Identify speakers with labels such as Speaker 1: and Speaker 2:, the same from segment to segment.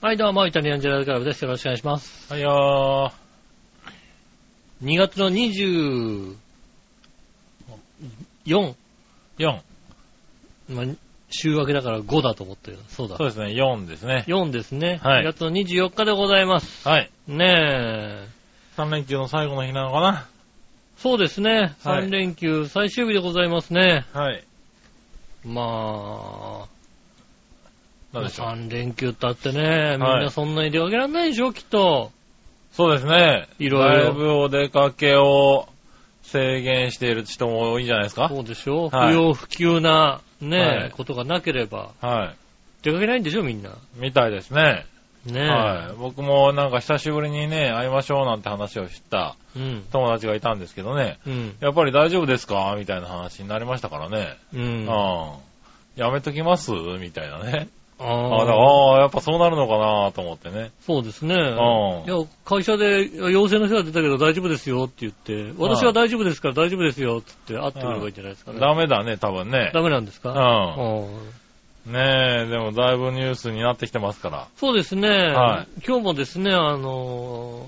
Speaker 1: はい、どうも、イタリアンジェラートクラブです。よろしくお願いします。
Speaker 2: はいよ
Speaker 1: 2月の24、
Speaker 2: ー。4。
Speaker 1: まあ、週明けだから5だと思ってる。そうだ。
Speaker 2: そうですね、4ですね。
Speaker 1: 4ですね。
Speaker 2: はい
Speaker 1: 2月の24日でございます。
Speaker 2: はい。
Speaker 1: ねえ。
Speaker 2: 3連休の最後の日なのかな
Speaker 1: そうですね。
Speaker 2: はい
Speaker 1: 3連休最終日でございますね。
Speaker 2: はい。
Speaker 1: まあ、
Speaker 2: なんでしょう。
Speaker 1: 3連休ったってね、みん
Speaker 2: はい
Speaker 1: なそんなに出かけられないでしょ、きっと。
Speaker 2: そうですね。
Speaker 1: いろいろ
Speaker 2: だいぶお出かけを制限している人も多いんじゃないですか
Speaker 1: そうでしょ。
Speaker 2: はい
Speaker 1: 不要不急な、ねえ、
Speaker 2: はい
Speaker 1: ことがなければ、
Speaker 2: は
Speaker 1: 出かけないんでしょ、みんな。
Speaker 2: い。みたいですね。
Speaker 1: ねえ。
Speaker 2: はい。僕もなんか久しぶりにね、会いましょうなんて話をした
Speaker 1: うん。
Speaker 2: 友達がいたんですけどね。
Speaker 1: うん。
Speaker 2: やっぱり大丈夫ですかみたいな話になりましたからね。
Speaker 1: うん。
Speaker 2: うん。やめときますみたいなね。あ
Speaker 1: あ
Speaker 2: あ、だからああやっぱそうなるのかなと思ってね。
Speaker 1: そうですね。
Speaker 2: ん
Speaker 1: いや、会社でいや陽性の人が出たけど大丈夫ですよって言って、私は大丈夫ですから大丈夫ですよって言って会ってくればいいんじゃないですかね。
Speaker 2: ダメだね、多分ね。
Speaker 1: ダメなんです
Speaker 2: う
Speaker 1: か
Speaker 2: ん。
Speaker 1: うん
Speaker 2: ねえ、でもだいぶニュースになってきてますから。
Speaker 1: そうですね、
Speaker 2: は
Speaker 1: 今日もですね、あの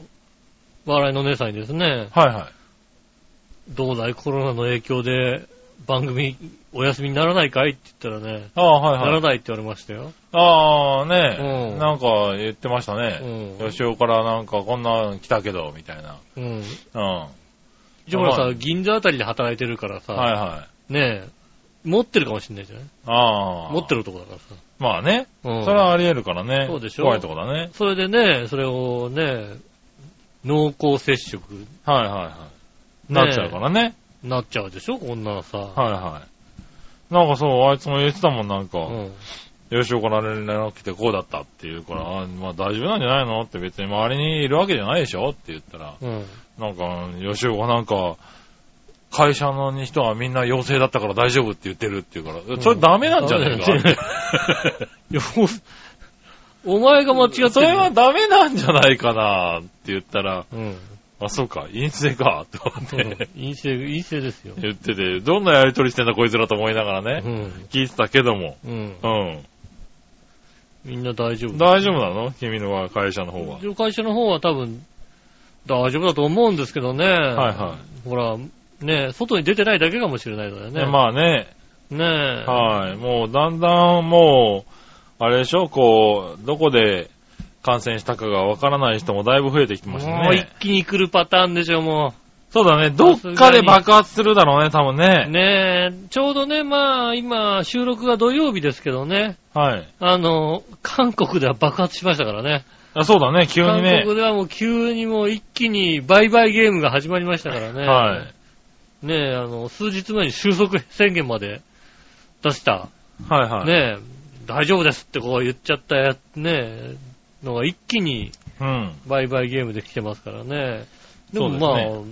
Speaker 1: ー笑いの姉さんにですね、
Speaker 2: はいはい。
Speaker 1: どうだいコロナの影響で番組お休みにならないかいって言ったらね、
Speaker 2: ああ、は
Speaker 1: ない
Speaker 2: は
Speaker 1: ら
Speaker 2: い。
Speaker 1: ないって言われましたよ。
Speaker 2: ああ、ねえ、
Speaker 1: うん
Speaker 2: なんか言ってました
Speaker 1: う
Speaker 2: ね。
Speaker 1: ん。
Speaker 2: 吉尾からなんかこんなん来たけど、みたいな。
Speaker 1: うん。
Speaker 2: うん。は
Speaker 1: 一応ほら
Speaker 2: は
Speaker 1: さ、
Speaker 2: い
Speaker 1: 銀座あたりで働いてるから
Speaker 2: い
Speaker 1: さ、
Speaker 2: はい。
Speaker 1: ねえ、持ってるかもしれないじゃない
Speaker 2: ああ。
Speaker 1: 持って
Speaker 2: る。
Speaker 1: る男だからさ。
Speaker 2: まあね。
Speaker 1: うん
Speaker 2: それはあり得るからね。
Speaker 1: そうでしょ
Speaker 2: 怖いとこだね。
Speaker 1: それでね、それをね、濃厚接触
Speaker 2: はいはいはい。なっちゃうからね。
Speaker 1: になっちゃうでしょこんなのさ。
Speaker 2: はいはい。なんかそう、あいつも言ってたもん、なんか。
Speaker 1: うん。
Speaker 2: 吉岡から連絡来てこうだったっていうから、あまあ大丈夫なんじゃないのって別に周りにいるわけじゃないでしょって言ったら、
Speaker 1: うん。
Speaker 2: なんか、吉岡なんか、会社の人はみんな陽性だったから大丈夫って言ってるっていうから、
Speaker 1: ん
Speaker 2: それダメなんじゃねえか
Speaker 1: ダメだよ
Speaker 2: って。
Speaker 1: いや、もうお前が間違ってるよ
Speaker 2: それはダメなんじゃないかなって言ったら、
Speaker 1: うん。
Speaker 2: あ、そうか、陰性か、と思っ
Speaker 1: うん
Speaker 2: て
Speaker 1: 陰 性、陰性ですよ。
Speaker 2: 言ってて、どんなやりとりしてんだこいつらと思いながら
Speaker 1: う
Speaker 2: ね、
Speaker 1: ん。
Speaker 2: 聞いてたけども、
Speaker 1: うん。
Speaker 2: うん。
Speaker 1: みんな大丈夫。
Speaker 2: 大丈夫なの君の会社の方は。
Speaker 1: うちの会社の方は多分、大丈夫だと思うんですけどね。
Speaker 2: はいは
Speaker 1: ほら、ね外に出てないだけかもしれないから
Speaker 2: い。
Speaker 1: ね。
Speaker 2: ねまあね、
Speaker 1: ねえ。
Speaker 2: はい。もうだんだんもう、あれでしょ、こう、どこで感染したかがわからない人もだいぶ増えてきてます
Speaker 1: もう一
Speaker 2: ね。
Speaker 1: 気に来るパターンでしょ、もう。
Speaker 2: そうだね。どっかで爆発するだろうね、多分ね。
Speaker 1: ねえ、ちょうどね、まあ、今、収録が土曜日ですけどね、
Speaker 2: はい。
Speaker 1: あの、韓国では爆発しましたからね。
Speaker 2: あそうだね、急に
Speaker 1: 韓
Speaker 2: ね。
Speaker 1: 国ではもう急にもう一気に売買ゲームが始まりましたからね。
Speaker 2: はい。
Speaker 1: い。ねえ、あの、数日前に収束宣言まで出した、
Speaker 2: はいはい。
Speaker 1: ねえ、大丈夫ですってこう言っちゃったや、ねえ、のが一気に
Speaker 2: うん。
Speaker 1: 売買ゲームで来てますからね。でもまあ、
Speaker 2: そうです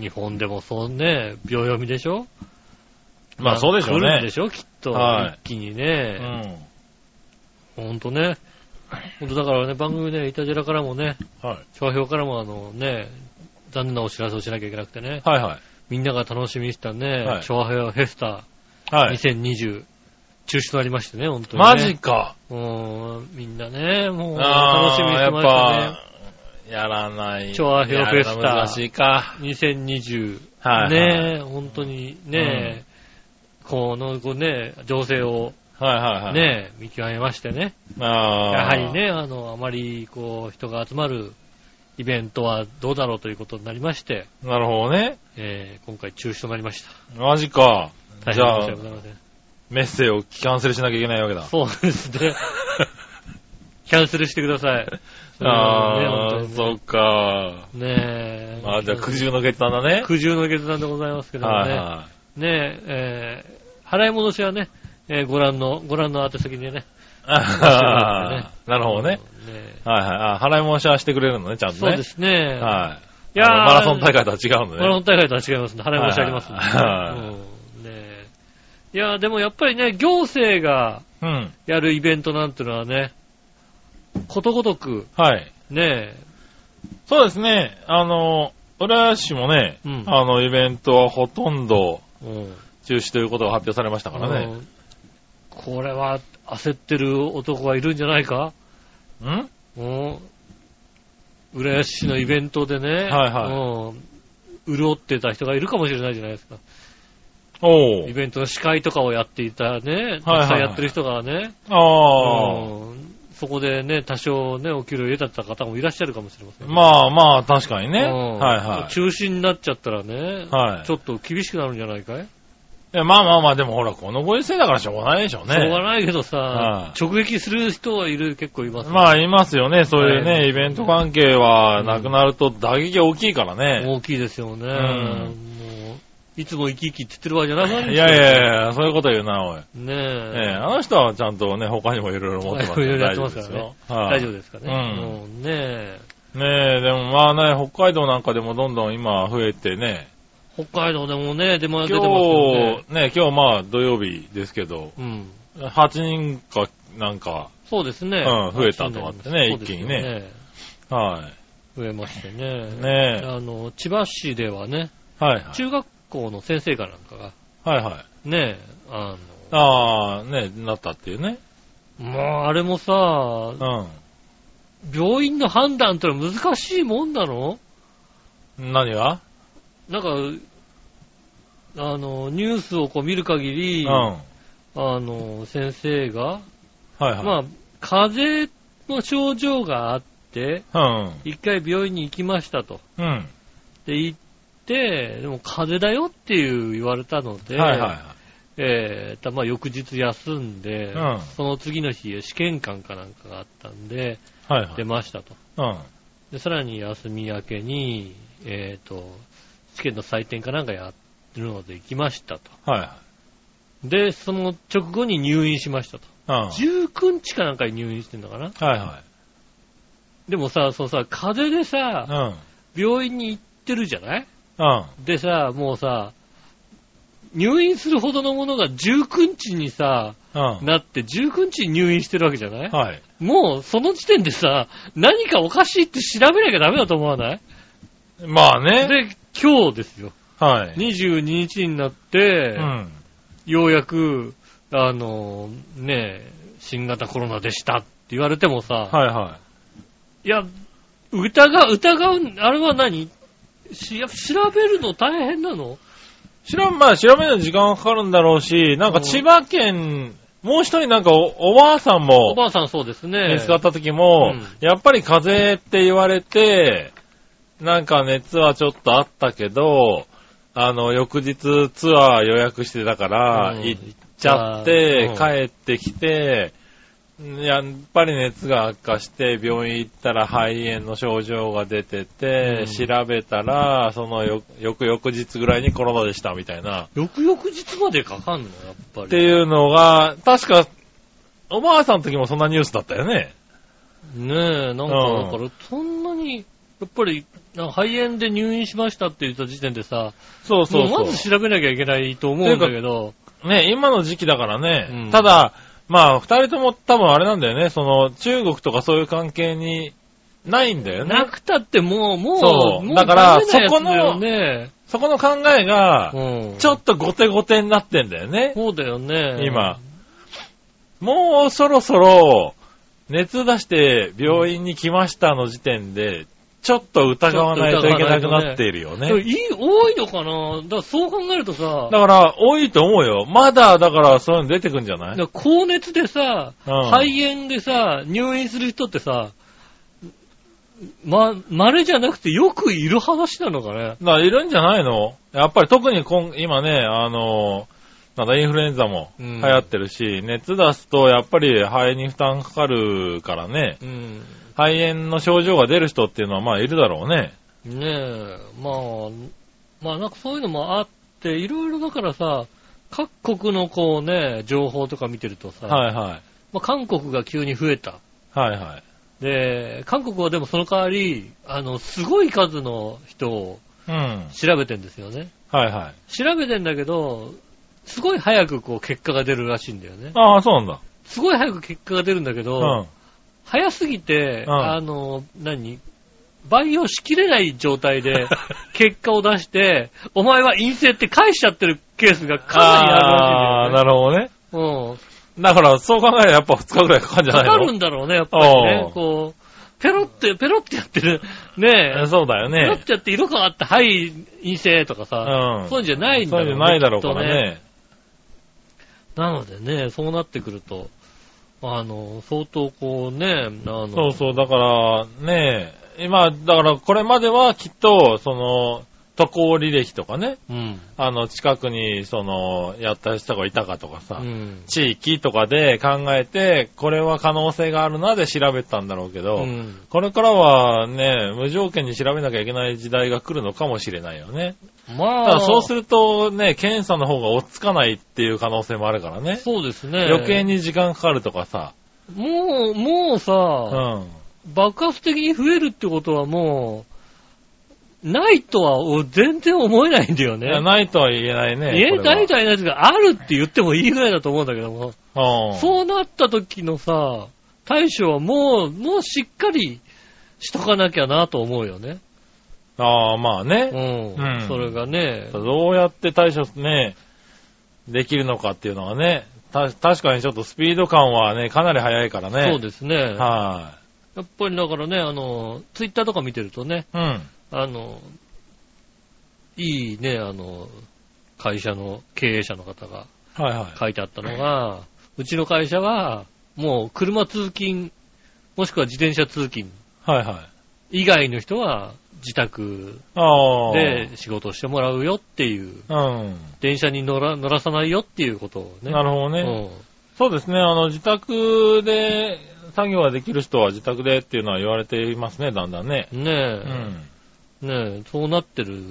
Speaker 1: 日本でもそうね、秒読みでしょ
Speaker 2: まあそうでしょう
Speaker 1: 来るんで
Speaker 2: ね。
Speaker 1: しょきっと。
Speaker 2: はい
Speaker 1: 一気に
Speaker 2: う
Speaker 1: ね。
Speaker 2: ん。
Speaker 1: ほんとね。ほんとだからね、番組ね、イタジェラからもね、
Speaker 2: はい。
Speaker 1: 調評からもあのね、残念なお知らせをしなきゃいけなくてね。
Speaker 2: はいは
Speaker 1: みんなが楽しみにした
Speaker 2: は
Speaker 1: ね
Speaker 2: い、
Speaker 1: 調和平和フェスタ
Speaker 2: い。はい。
Speaker 1: 2020、中止となりましてね、本当に、ね。
Speaker 2: マジか。
Speaker 1: うーん、みんなね、もう楽
Speaker 2: あ
Speaker 1: しみに
Speaker 2: ー
Speaker 1: して
Speaker 2: やっ
Speaker 1: ましたね
Speaker 2: ぱ、やらない。
Speaker 1: 調和平和フェスタ
Speaker 2: やるの難しいか。。
Speaker 1: 2020、
Speaker 2: はい。
Speaker 1: ねえ、本当にね、このこうね、情勢を
Speaker 2: はいはいはい。。
Speaker 1: ね、見極めましてね。
Speaker 2: ああ。
Speaker 1: やはり。ね、あの、あまり、こう、人が集まるイベントはどうだろうということになりまして、
Speaker 2: なるほどね。
Speaker 1: えー今回中止となりました。
Speaker 2: マジか。
Speaker 1: 大
Speaker 2: じ
Speaker 1: 変申
Speaker 2: ゃ
Speaker 1: し訳、
Speaker 2: あ
Speaker 1: ございません。
Speaker 2: メッセをキャンセルしなきゃいけないわけだ。
Speaker 1: そうですね。 キャンセルしてください。
Speaker 2: ああ、
Speaker 1: ね、
Speaker 2: そ
Speaker 1: 本
Speaker 2: っか。
Speaker 1: 当にね。ねえ。
Speaker 2: あじゃあ、苦渋の決断だね。
Speaker 1: 苦渋の決断でございますけども
Speaker 2: はい
Speaker 1: ね。
Speaker 2: は
Speaker 1: ねえ、えー払い戻しはね、えーご覧の、ご覧の宛先にね。
Speaker 2: い。あーなるほどね。
Speaker 1: うん。ね
Speaker 2: はいはい。あ払い申しはしてくれるのね、ちゃんとね。
Speaker 1: そうですね。
Speaker 2: はい。
Speaker 1: いやー
Speaker 2: あのマラソン大会とは違うの
Speaker 1: マラソ
Speaker 2: ね。
Speaker 1: ン大会とは違いますね。払い戻しありますんでね
Speaker 2: はいはい
Speaker 1: うんねえいやー、でもやっぱりね、行政が
Speaker 2: うん。
Speaker 1: やるイベントなんてのはね、ことごとく、
Speaker 2: はい。
Speaker 1: ね
Speaker 2: そうですね。あの、浦安市もね、
Speaker 1: うん
Speaker 2: あの、イベントはほとんど
Speaker 1: え、うん
Speaker 2: 中止ということが発表されましたからね。
Speaker 1: うんこれは焦ってる男がいるんじゃないか
Speaker 2: ん
Speaker 1: 浦安市のイベントでね、
Speaker 2: はいはい
Speaker 1: うん、潤ってた人がいるかもしれないじゃないですか。
Speaker 2: お
Speaker 1: イ
Speaker 2: う。
Speaker 1: ベントの司会とかをやっていたね、
Speaker 2: はいはい
Speaker 1: たくさんやってる人がね、
Speaker 2: ああ。
Speaker 1: うんそこでね、多少ね、お給料得たった方もいらっしゃるかもしれません。
Speaker 2: まあまあ、確かにね。
Speaker 1: うん
Speaker 2: はいはい。
Speaker 1: 中止になっちゃったらね、
Speaker 2: はい
Speaker 1: ちょっと厳しくなるんじゃないかい、
Speaker 2: いやまあまあまあ、でもほら、このご時世だからしょうがないでしょうね。
Speaker 1: しょうがないけどさ、
Speaker 2: はい
Speaker 1: 直撃する人はいる、結構います、
Speaker 2: まあ、いますよね。そういう
Speaker 1: は
Speaker 2: ね、
Speaker 1: い
Speaker 2: イベント関係は、なくなると打撃大きいからね。
Speaker 1: 大きいですよね。
Speaker 2: ん
Speaker 1: もういつも生き生きって言ってる場合じゃなくなるんで
Speaker 2: い
Speaker 1: すよ
Speaker 2: やいやいや、そういうこと言うな、おい。
Speaker 1: ね
Speaker 2: え
Speaker 1: え。
Speaker 2: えあの人はちゃんとね、他にもいろいろ持ってますから
Speaker 1: いろいろや
Speaker 2: 大
Speaker 1: って
Speaker 2: 丈夫
Speaker 1: ますか
Speaker 2: で
Speaker 1: ら
Speaker 2: す
Speaker 1: ね
Speaker 2: よ。は
Speaker 1: 大
Speaker 2: い
Speaker 1: 丈夫ですかね。
Speaker 2: うん
Speaker 1: もうねえ
Speaker 2: ねえ、でもまあね、北海道なんかでもどんどん今増えてね、
Speaker 1: 北海道でもね、出回
Speaker 2: 今
Speaker 1: 出てますよね。
Speaker 2: 日、ね、今日まあ土曜日ですけど、
Speaker 1: うん。
Speaker 2: 8人かなんか、
Speaker 1: そうですね。
Speaker 2: うん増えたとかっ
Speaker 1: そ
Speaker 2: てね
Speaker 1: うですよ
Speaker 2: 一気にね。は
Speaker 1: 増えましてね。
Speaker 2: い。ねえ、
Speaker 1: あの、千葉市ではね、
Speaker 2: はいはい。
Speaker 1: 中学校の先生かなんかが、
Speaker 2: はいはい。
Speaker 1: ねえ、あ
Speaker 2: ああ、ね、なったっていうね。
Speaker 1: の、まあ、あれもさ、
Speaker 2: うん。
Speaker 1: 病院の判断ってのは難しいもんなの
Speaker 2: 何が
Speaker 1: なんか、あの、ニュースをこう見る限
Speaker 2: う
Speaker 1: り、
Speaker 2: ん。は
Speaker 1: あの、先生が、
Speaker 2: いはい。
Speaker 1: まあ、風邪の症状があって、
Speaker 2: うん。
Speaker 1: 一回病院に行きましたと。
Speaker 2: うん。
Speaker 1: で、行って、でも風邪だよっていう言われたので、
Speaker 2: はいはいはい。
Speaker 1: えーたまあ翌日休んで、
Speaker 2: うん
Speaker 1: その次の日、試験官かなんかがあったんで、
Speaker 2: はいはい
Speaker 1: 出。ましたと。
Speaker 2: うん。
Speaker 1: で、さらに休み明けに、えっ、と、試験の採点かなんかやってるので行きましたと。
Speaker 2: はい
Speaker 1: で、その直後に入院しましたと。
Speaker 2: はい。うん。
Speaker 1: 19日かなんかに入院してんだかな
Speaker 2: はいは
Speaker 1: でもさ、そうさ、風邪でさ、
Speaker 2: い。うん。
Speaker 1: 病院に行ってるじゃない
Speaker 2: うん。
Speaker 1: でさ、もうさ、入院するほどのものが19日にさ、
Speaker 2: うん。
Speaker 1: なって19日に入院してるわけじゃない
Speaker 2: はい。
Speaker 1: もうその時点でさ、何かおかしいって調べなきゃダメだと思わない
Speaker 2: まあね。
Speaker 1: で、今日ですよ。
Speaker 2: はい。
Speaker 1: 22日になっ
Speaker 2: う
Speaker 1: て、
Speaker 2: ん。
Speaker 1: ようやく、あの、ねえ、新型コロナでしたって言われてもさ、
Speaker 2: はいはい
Speaker 1: や、疑う、疑う、あれは何しやっぱ調べるの大変なの
Speaker 2: い。調べ、まあ調べるの時間はかかるんだろうし、なんか千葉県、もう一人なんかおおばあさん
Speaker 1: お
Speaker 2: も
Speaker 1: ばあさんそうですね。
Speaker 2: 見つかった時も
Speaker 1: うん、
Speaker 2: やっぱり風邪って言われて、なんか熱はちょっとあったけど、あの、翌日ツアー予約してたから、
Speaker 1: うん
Speaker 2: 行っちゃって、
Speaker 1: うん
Speaker 2: 帰ってきて、やっぱり熱が悪化して、病院行ったら肺炎の症状が出てて、
Speaker 1: うん
Speaker 2: 調べたら、そのよ翌々日ぐらいにコロナでしたみたいな。
Speaker 1: 翌々日までかかんのやっぱり。
Speaker 2: っていうのが、確か、おばあさんの時もそんなニュースだったよね。
Speaker 1: ねえ、なんか、
Speaker 2: うん
Speaker 1: だから、そんなに、やっぱり、なんか肺炎で入院しましたって言った時点でさ、
Speaker 2: そうそうそう。
Speaker 1: もうまず調べなきゃいけないと思うんだけど、
Speaker 2: ね、今の時期だからね、
Speaker 1: うん
Speaker 2: ただ、まあ、二人とも多分あれなんだよね、その、中国とかそういう関係に、ないんだよね
Speaker 1: な。くたってもう、もう、
Speaker 2: そう
Speaker 1: もう
Speaker 2: だか
Speaker 1: ダ
Speaker 2: ら
Speaker 1: メなやつだよね、
Speaker 2: そこの考えが、
Speaker 1: うん
Speaker 2: ちょっと後手後手になってんだよね、
Speaker 1: そうだよね。
Speaker 2: 今。。もうそろそろ、熱出して病院に来ましたの時点で、ちょっと疑わないといけなくなっているよ
Speaker 1: でも
Speaker 2: ね。
Speaker 1: いい、多いのかなだからそう考えるとさ、
Speaker 2: だから、多いと思うよ。まだ、だから、そういうの出てくんじゃな
Speaker 1: だ
Speaker 2: い
Speaker 1: から高熱でさ、
Speaker 2: うん
Speaker 1: 肺炎でさ、入院する人ってさ、ま、稀じゃなくてよくいる話なのかね。
Speaker 2: だからいるんじゃないのやっぱり特に今今ね、あの、なんだインフルエンザも
Speaker 1: う
Speaker 2: 流
Speaker 1: ん
Speaker 2: 行ってるし、熱出すとやっぱり肺に負担かかるからね、
Speaker 1: うん。
Speaker 2: 肺炎の症状が出る人っていうのはまあいるだろうね。
Speaker 1: ねえ、まあ、まあなんかそういうのもあって、いろいろだからさ、各国のこうね、情報とか見てるとさ、
Speaker 2: はいはい。
Speaker 1: まあ、韓国が急に増えた。
Speaker 2: はいはい。
Speaker 1: で、韓国はでもその代わり、あの、すごい数の人を
Speaker 2: うん。
Speaker 1: 調べてんですよね。
Speaker 2: はいはい。
Speaker 1: 調べてんだけど、すごい早くこう結果が出るらしいんだよね。
Speaker 2: ああ、そうなんだ。
Speaker 1: すごい早く結果が出るんだけど、
Speaker 2: うん。
Speaker 1: 早すぎて、
Speaker 2: うん
Speaker 1: あの、何培養しきれない状態で結果を出して、お前は陰性って返しちゃってるケースがかな
Speaker 2: ああー、
Speaker 1: りあ
Speaker 2: な
Speaker 1: る
Speaker 2: るほどね。
Speaker 1: らしいんだよね。
Speaker 2: だから、そう考えたらやっぱ2日ぐらいかかるんじゃ
Speaker 1: うん。か
Speaker 2: ないの
Speaker 1: かるんだろうね、やっぱりね
Speaker 2: お。う
Speaker 1: こう、ペロって、ペロってやってるねえ。
Speaker 2: そうだよ
Speaker 1: なっ
Speaker 2: ね。
Speaker 1: ちゃって色変わって、はい、陰性とか
Speaker 2: う
Speaker 1: さ、
Speaker 2: ん。
Speaker 1: そういうんじゃないんだ
Speaker 2: そう
Speaker 1: ろ
Speaker 2: いうう
Speaker 1: ね
Speaker 2: のないだろうから
Speaker 1: きっと
Speaker 2: ね。
Speaker 1: なのでね、そうなってくると、あの、相当こうね、あの、
Speaker 2: そうそう、だから、ねえ、今、だからこれまではきっと、その、渡航履歴とかね、
Speaker 1: うん。
Speaker 2: あの、近くに、その、やった人がいたかとか
Speaker 1: う
Speaker 2: さ、
Speaker 1: ん。
Speaker 2: 地域とかで考えて、これは可能性があるなで調べたんだろうけど、
Speaker 1: うん
Speaker 2: これからはね、無条件に調べなきゃいけない時代が来るのかもしれないよね。た
Speaker 1: ま
Speaker 2: だ
Speaker 1: あ、
Speaker 2: そうするとね、検査の方が追っつかないっていう可能性もあるからね。
Speaker 1: そうですね。
Speaker 2: 余計に時間かかるとかさ。
Speaker 1: もう、もう
Speaker 2: う
Speaker 1: さ、
Speaker 2: ん。
Speaker 1: 爆発的に増えるってことはもう、ないとはお全然思えないんだよ
Speaker 2: いや、
Speaker 1: ね。
Speaker 2: ないとは言えないね。
Speaker 1: 家
Speaker 2: これは
Speaker 1: ないとは言えないですが、あるって言ってもいいぐらいだと思うんだけども、
Speaker 2: うん。
Speaker 1: そうなった時のさ、対処はもう、もうしっかりしとかなきゃなと思うよね。
Speaker 2: ああ、まあ
Speaker 1: う
Speaker 2: ね。
Speaker 1: ん。
Speaker 2: うん
Speaker 1: それがね、
Speaker 2: どうやって対処ね、できるのかっていうのはね、た、確かにちょっとスピード感はね、かなり速いからね。
Speaker 1: そうですね。
Speaker 2: は
Speaker 1: やっぱりだからね、あの、ツイッターとか見てるとね、
Speaker 2: い。うん。
Speaker 1: あの、いいね、あの、会社の経営者の方が
Speaker 2: はいはい。
Speaker 1: 書いてあったのが、うちの会社は、もう車通勤、もしくは自転車通勤
Speaker 2: はいはい。
Speaker 1: 以外の人は自宅
Speaker 2: ああ。
Speaker 1: で仕事をしてもらうよっていう、
Speaker 2: うん。
Speaker 1: 電車に乗ら乗らさないよっていうことをね。
Speaker 2: なるほどね。そうですね、あの、自宅で作業ができる人は自宅でっていうのは言われていますね、だんだんね。
Speaker 1: うんね
Speaker 2: う
Speaker 1: え、
Speaker 2: ん。
Speaker 1: ねえ、そうなってる。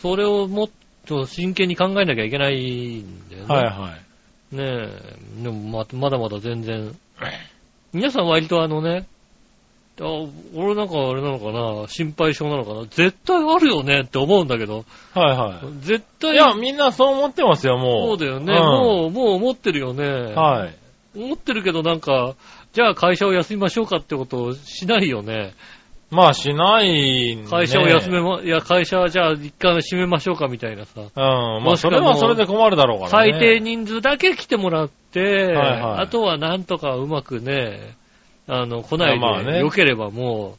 Speaker 1: それをもっと真剣に考えなきゃいけないんだよね。
Speaker 2: はいはい。
Speaker 1: ねえ、でもままだまだ全然。皆さん割とあのね、あ俺なんかあれなのかな、心配性なのかな、絶対あるよねって思うんだけど、
Speaker 2: はいは
Speaker 1: 絶
Speaker 2: い。
Speaker 1: 対
Speaker 2: いや、みんなそう思ってます
Speaker 1: そ
Speaker 2: よ、もう。
Speaker 1: うだよね、
Speaker 2: ん
Speaker 1: もう、もう思ってるよね、
Speaker 2: はい。
Speaker 1: 思ってるけどなんか、じゃあ会社を休みましょうかってことをしないよね。
Speaker 2: まあ、しない、ね。
Speaker 1: 会社を休め
Speaker 2: うん。
Speaker 1: ま、いや、会社はじゃあ一回閉めましょうかみたいなさ。
Speaker 2: ま
Speaker 1: も
Speaker 2: あ、
Speaker 1: しく
Speaker 2: そ
Speaker 1: は
Speaker 2: れはそれで困るだろうからね。
Speaker 1: 最低人数だけ来てもらって、
Speaker 2: はいはい
Speaker 1: あとはなんとかうまくね、あの、来ない
Speaker 2: いやまあ
Speaker 1: で
Speaker 2: ね
Speaker 1: 良ければも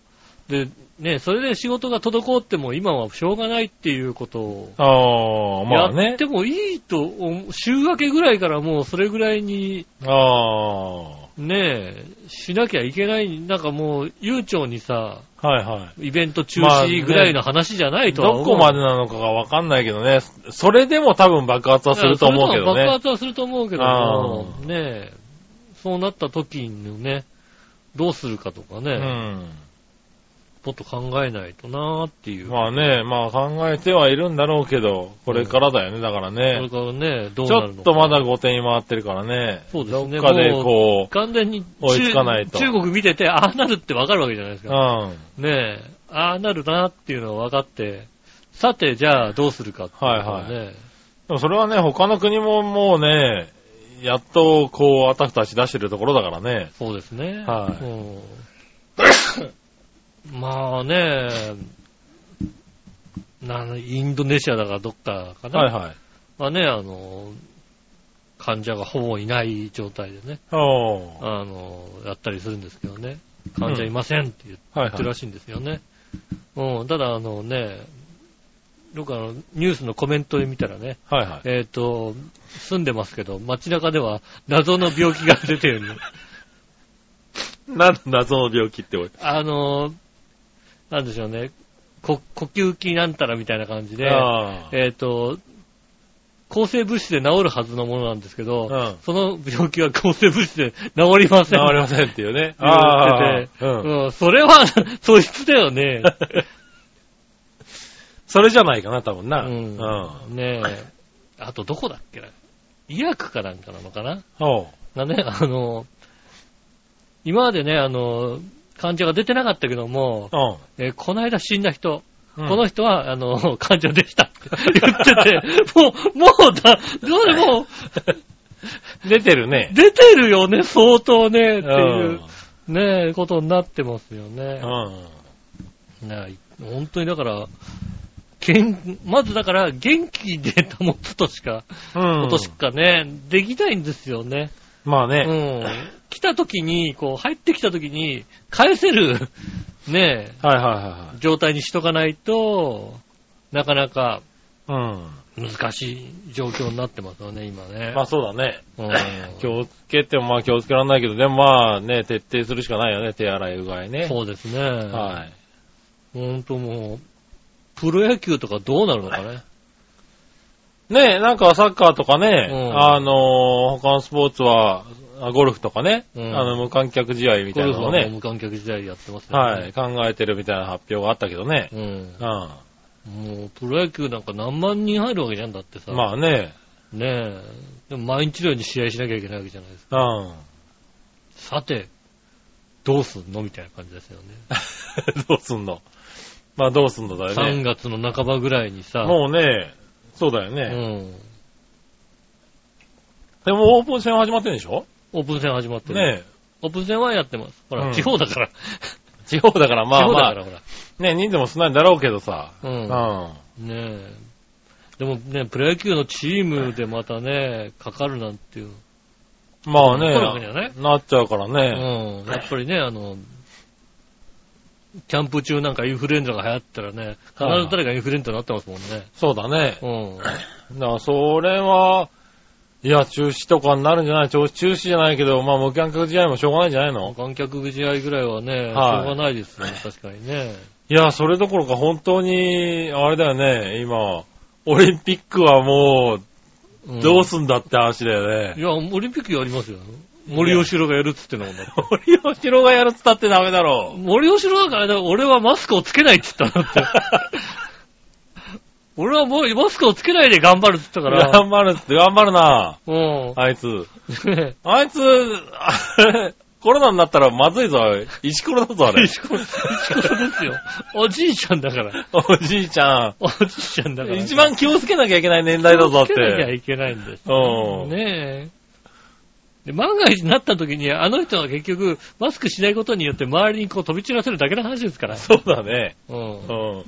Speaker 1: う、で、ね、それで仕事が滞っても今はしょうがないっていうことを、
Speaker 2: ああ、まあ
Speaker 1: やっ
Speaker 2: ね
Speaker 1: て。もいいと思う、週明けぐらいからもうそれぐらいに
Speaker 2: あ
Speaker 1: ね、しなきゃいけない、なんかもう悠長にさ、
Speaker 2: あ、はいはい。
Speaker 1: イベント中
Speaker 2: まあ
Speaker 1: 止
Speaker 2: ね
Speaker 1: ぐらいの話じゃないとは思
Speaker 2: ど
Speaker 1: う。
Speaker 2: こまでなのかがわかんないけどね。それでも多分爆発はすると思うけど
Speaker 1: いやそれでも爆
Speaker 2: ね。
Speaker 1: 発はすると思うけど
Speaker 2: あ
Speaker 1: も、ねえ、そうなった時のね、どうするかとかね、
Speaker 2: うん。
Speaker 1: もっと考えないとなーっていう。
Speaker 2: まあね、まあ考えてはいるんだろうけど、これからだよね、だから
Speaker 1: これ
Speaker 2: ね。
Speaker 1: からね、どう
Speaker 2: ち
Speaker 1: な
Speaker 2: ょ
Speaker 1: る
Speaker 2: っ
Speaker 1: のか。
Speaker 2: とまだ後手に回ってるからね。
Speaker 1: そうですね
Speaker 2: どっかで
Speaker 1: もう
Speaker 2: こ
Speaker 1: 完全に
Speaker 2: 追いつかないと
Speaker 1: 中国見てて、ああなるってわかるわけじゃないです
Speaker 2: う、う
Speaker 1: か。
Speaker 2: ん。
Speaker 1: ねえ、ああなるなっていうのは分かって、さて、じゃあどうするかっていうのね。
Speaker 2: はいでもそれはね、他の国ももうね、やっとこう、あたふたし出してるところだからね。
Speaker 1: そうですね。
Speaker 2: はい
Speaker 1: うん、まあね、なインドネシアだからどっかかな。
Speaker 2: はいはい。
Speaker 1: まあね、あの、患者がほぼいない状態でね、
Speaker 2: おー
Speaker 1: あの、やったりするんですけどね、患者いませんって言
Speaker 2: はい
Speaker 1: っ
Speaker 2: は
Speaker 1: てる
Speaker 2: い。
Speaker 1: らしいんですよね。うん、ただあのね、僕あの、ニュースのコメントで見たらね、
Speaker 2: はいはい。
Speaker 1: えっ、と、住んでますけど、街中では謎の病気が出てるの。
Speaker 2: なんで謎の病気っておい
Speaker 1: あのー、なんでしょうね、こ呼吸器なんたらみたいな感じで、
Speaker 2: あー
Speaker 1: えっ、と、抗生物質で治るはずのものなんですけど、
Speaker 2: うん
Speaker 1: その病気は抗生物質で治りませ
Speaker 2: 治
Speaker 1: ん。
Speaker 2: りませんっていうね。
Speaker 1: 言わ
Speaker 2: あ
Speaker 1: れ
Speaker 2: あ
Speaker 1: てて、
Speaker 2: ー、うん。
Speaker 1: うんそれは 素質だよね。
Speaker 2: それじゃないかな、多分な。
Speaker 1: う
Speaker 2: うん。
Speaker 1: ん、ねえ。あとどこだっけな医薬かなんかなのかな
Speaker 2: おう
Speaker 1: がね、あのー、今までね、あのー、患者が出てなかったけども、
Speaker 2: うん。
Speaker 1: えーこの間死んだ人、
Speaker 2: うん
Speaker 1: この人は、あの、 患者でしたって言ってて、もう、もうだ、どうでも、
Speaker 2: 出てるね。
Speaker 1: 出てるよね、相当ね、って
Speaker 2: うん
Speaker 1: いう、ねえ、ことになってますよね
Speaker 2: う。ん。
Speaker 1: ねえ本当にだから、元まずだから、元気で保つとしか、
Speaker 2: うん
Speaker 1: ことしかね、できないんですよね。
Speaker 2: まあ
Speaker 1: う
Speaker 2: ね。
Speaker 1: ん。来た時に、こう、入ってきた時に、返せるね
Speaker 2: はいはいは
Speaker 1: え、状態にしとかないと、なかなか
Speaker 2: いはい。
Speaker 1: 難しい状況になってますよね、今
Speaker 2: う
Speaker 1: ね
Speaker 2: ん。。まあそうだね。
Speaker 1: うん
Speaker 2: 気をつけてもまあ気をつけられないけど、でもまあね、徹底するしかないよね、手洗いうがいね。
Speaker 1: そうですね。
Speaker 2: はい。
Speaker 1: ほんともう、プロ野球とかどうなるのかね。
Speaker 2: ねえ、なんかサッカーとかね、
Speaker 1: うん
Speaker 2: あのー他のスポーツは、あゴルフとかね、
Speaker 1: うん
Speaker 2: あの、無観客試合み
Speaker 1: ゴ
Speaker 2: たい
Speaker 1: ル
Speaker 2: な
Speaker 1: フはも
Speaker 2: のを
Speaker 1: う
Speaker 2: ね、
Speaker 1: 無観客時代やってますよ
Speaker 2: はい、
Speaker 1: ね。
Speaker 2: 考えてるみたいな発表があったけどね。
Speaker 1: うん
Speaker 2: う。ん。
Speaker 1: もう、プロ野球なんか何万人入るわけじゃんだってさ。
Speaker 2: まあね、
Speaker 1: ねえ。でも毎日のように試合しなきゃいけないわけじゃないですか。
Speaker 2: うん。
Speaker 1: さて、どうすんのみたいな感じですよね。
Speaker 2: どうすんのまあどうすんのだよ
Speaker 1: 3
Speaker 2: ね。
Speaker 1: 月の半ばぐらいにさ、
Speaker 2: もうね、そうだよ
Speaker 1: う
Speaker 2: ね。
Speaker 1: ん、
Speaker 2: でもオープン戦は始まってんでしょ
Speaker 1: オープン戦始まってる。
Speaker 2: ねえ。
Speaker 1: オープン戦はやってます。ほら、
Speaker 2: うん
Speaker 1: 地方だから。
Speaker 2: 地方だからま
Speaker 1: 地
Speaker 2: あ
Speaker 1: 方だか
Speaker 2: ま
Speaker 1: ら、ほら。
Speaker 2: あ、ね、人数も少ないんだろうけどさ。
Speaker 1: う。
Speaker 2: うんん。
Speaker 1: ねえ。でもね、プロ野球のチームでまたね、かかるなんていう。
Speaker 2: まあ
Speaker 1: 来るわけだよ
Speaker 2: ね
Speaker 1: ね、
Speaker 2: なっちゃうから
Speaker 1: う
Speaker 2: ね。
Speaker 1: ん。やっぱりね、あの、キャンプ中なんかインフルエンザが流行ったらね、必ず誰かインフルエンザになってますもんね。
Speaker 2: そうだね。
Speaker 1: うん。
Speaker 2: だから、それは、いや、中止とかになるんじゃない中中止じゃないけど、まあ、無観客試合もしょうがないんじゃないの
Speaker 1: 観客試合ぐらいはね、
Speaker 2: はい
Speaker 1: しょうがないですよね、確かにね。
Speaker 2: いや、それどころか本当に、あれだよね、今、オリンピックはも
Speaker 1: うん
Speaker 2: う、どうすんだって話だよ
Speaker 1: い
Speaker 2: ね。
Speaker 1: や、オリンピックやりますよ。森吉郎がやるっつってのもんだって。
Speaker 2: 森吉郎がやるっつったってダメだろう。
Speaker 1: 森吉郎だから、だから俺はマスクをつけないっつったんだ って。俺はもうマスクをつけないで頑張るっつったから。
Speaker 2: 頑張るっつって、頑張るな、
Speaker 1: うん。
Speaker 2: あいつ。
Speaker 1: ね
Speaker 2: あいつ、 あれコロナになったらまずいぞ、石ころだぞ、あ
Speaker 1: え。
Speaker 2: れ。
Speaker 1: 石ころ、石ころですよ。おじいちゃんだから。
Speaker 2: おじいちゃん。
Speaker 1: おじいちゃんだから。
Speaker 2: 一番気をつけなきゃいけない年代だぞっ
Speaker 1: 気をつけなきゃ
Speaker 2: て。
Speaker 1: いけないんです。
Speaker 2: うん。
Speaker 1: ねえ。で、万が一になった時に、あの人は結局、マスクしないことによって周りにこう飛び散らせるだけの話ですから。
Speaker 2: そうだね。
Speaker 1: う。
Speaker 2: うんん。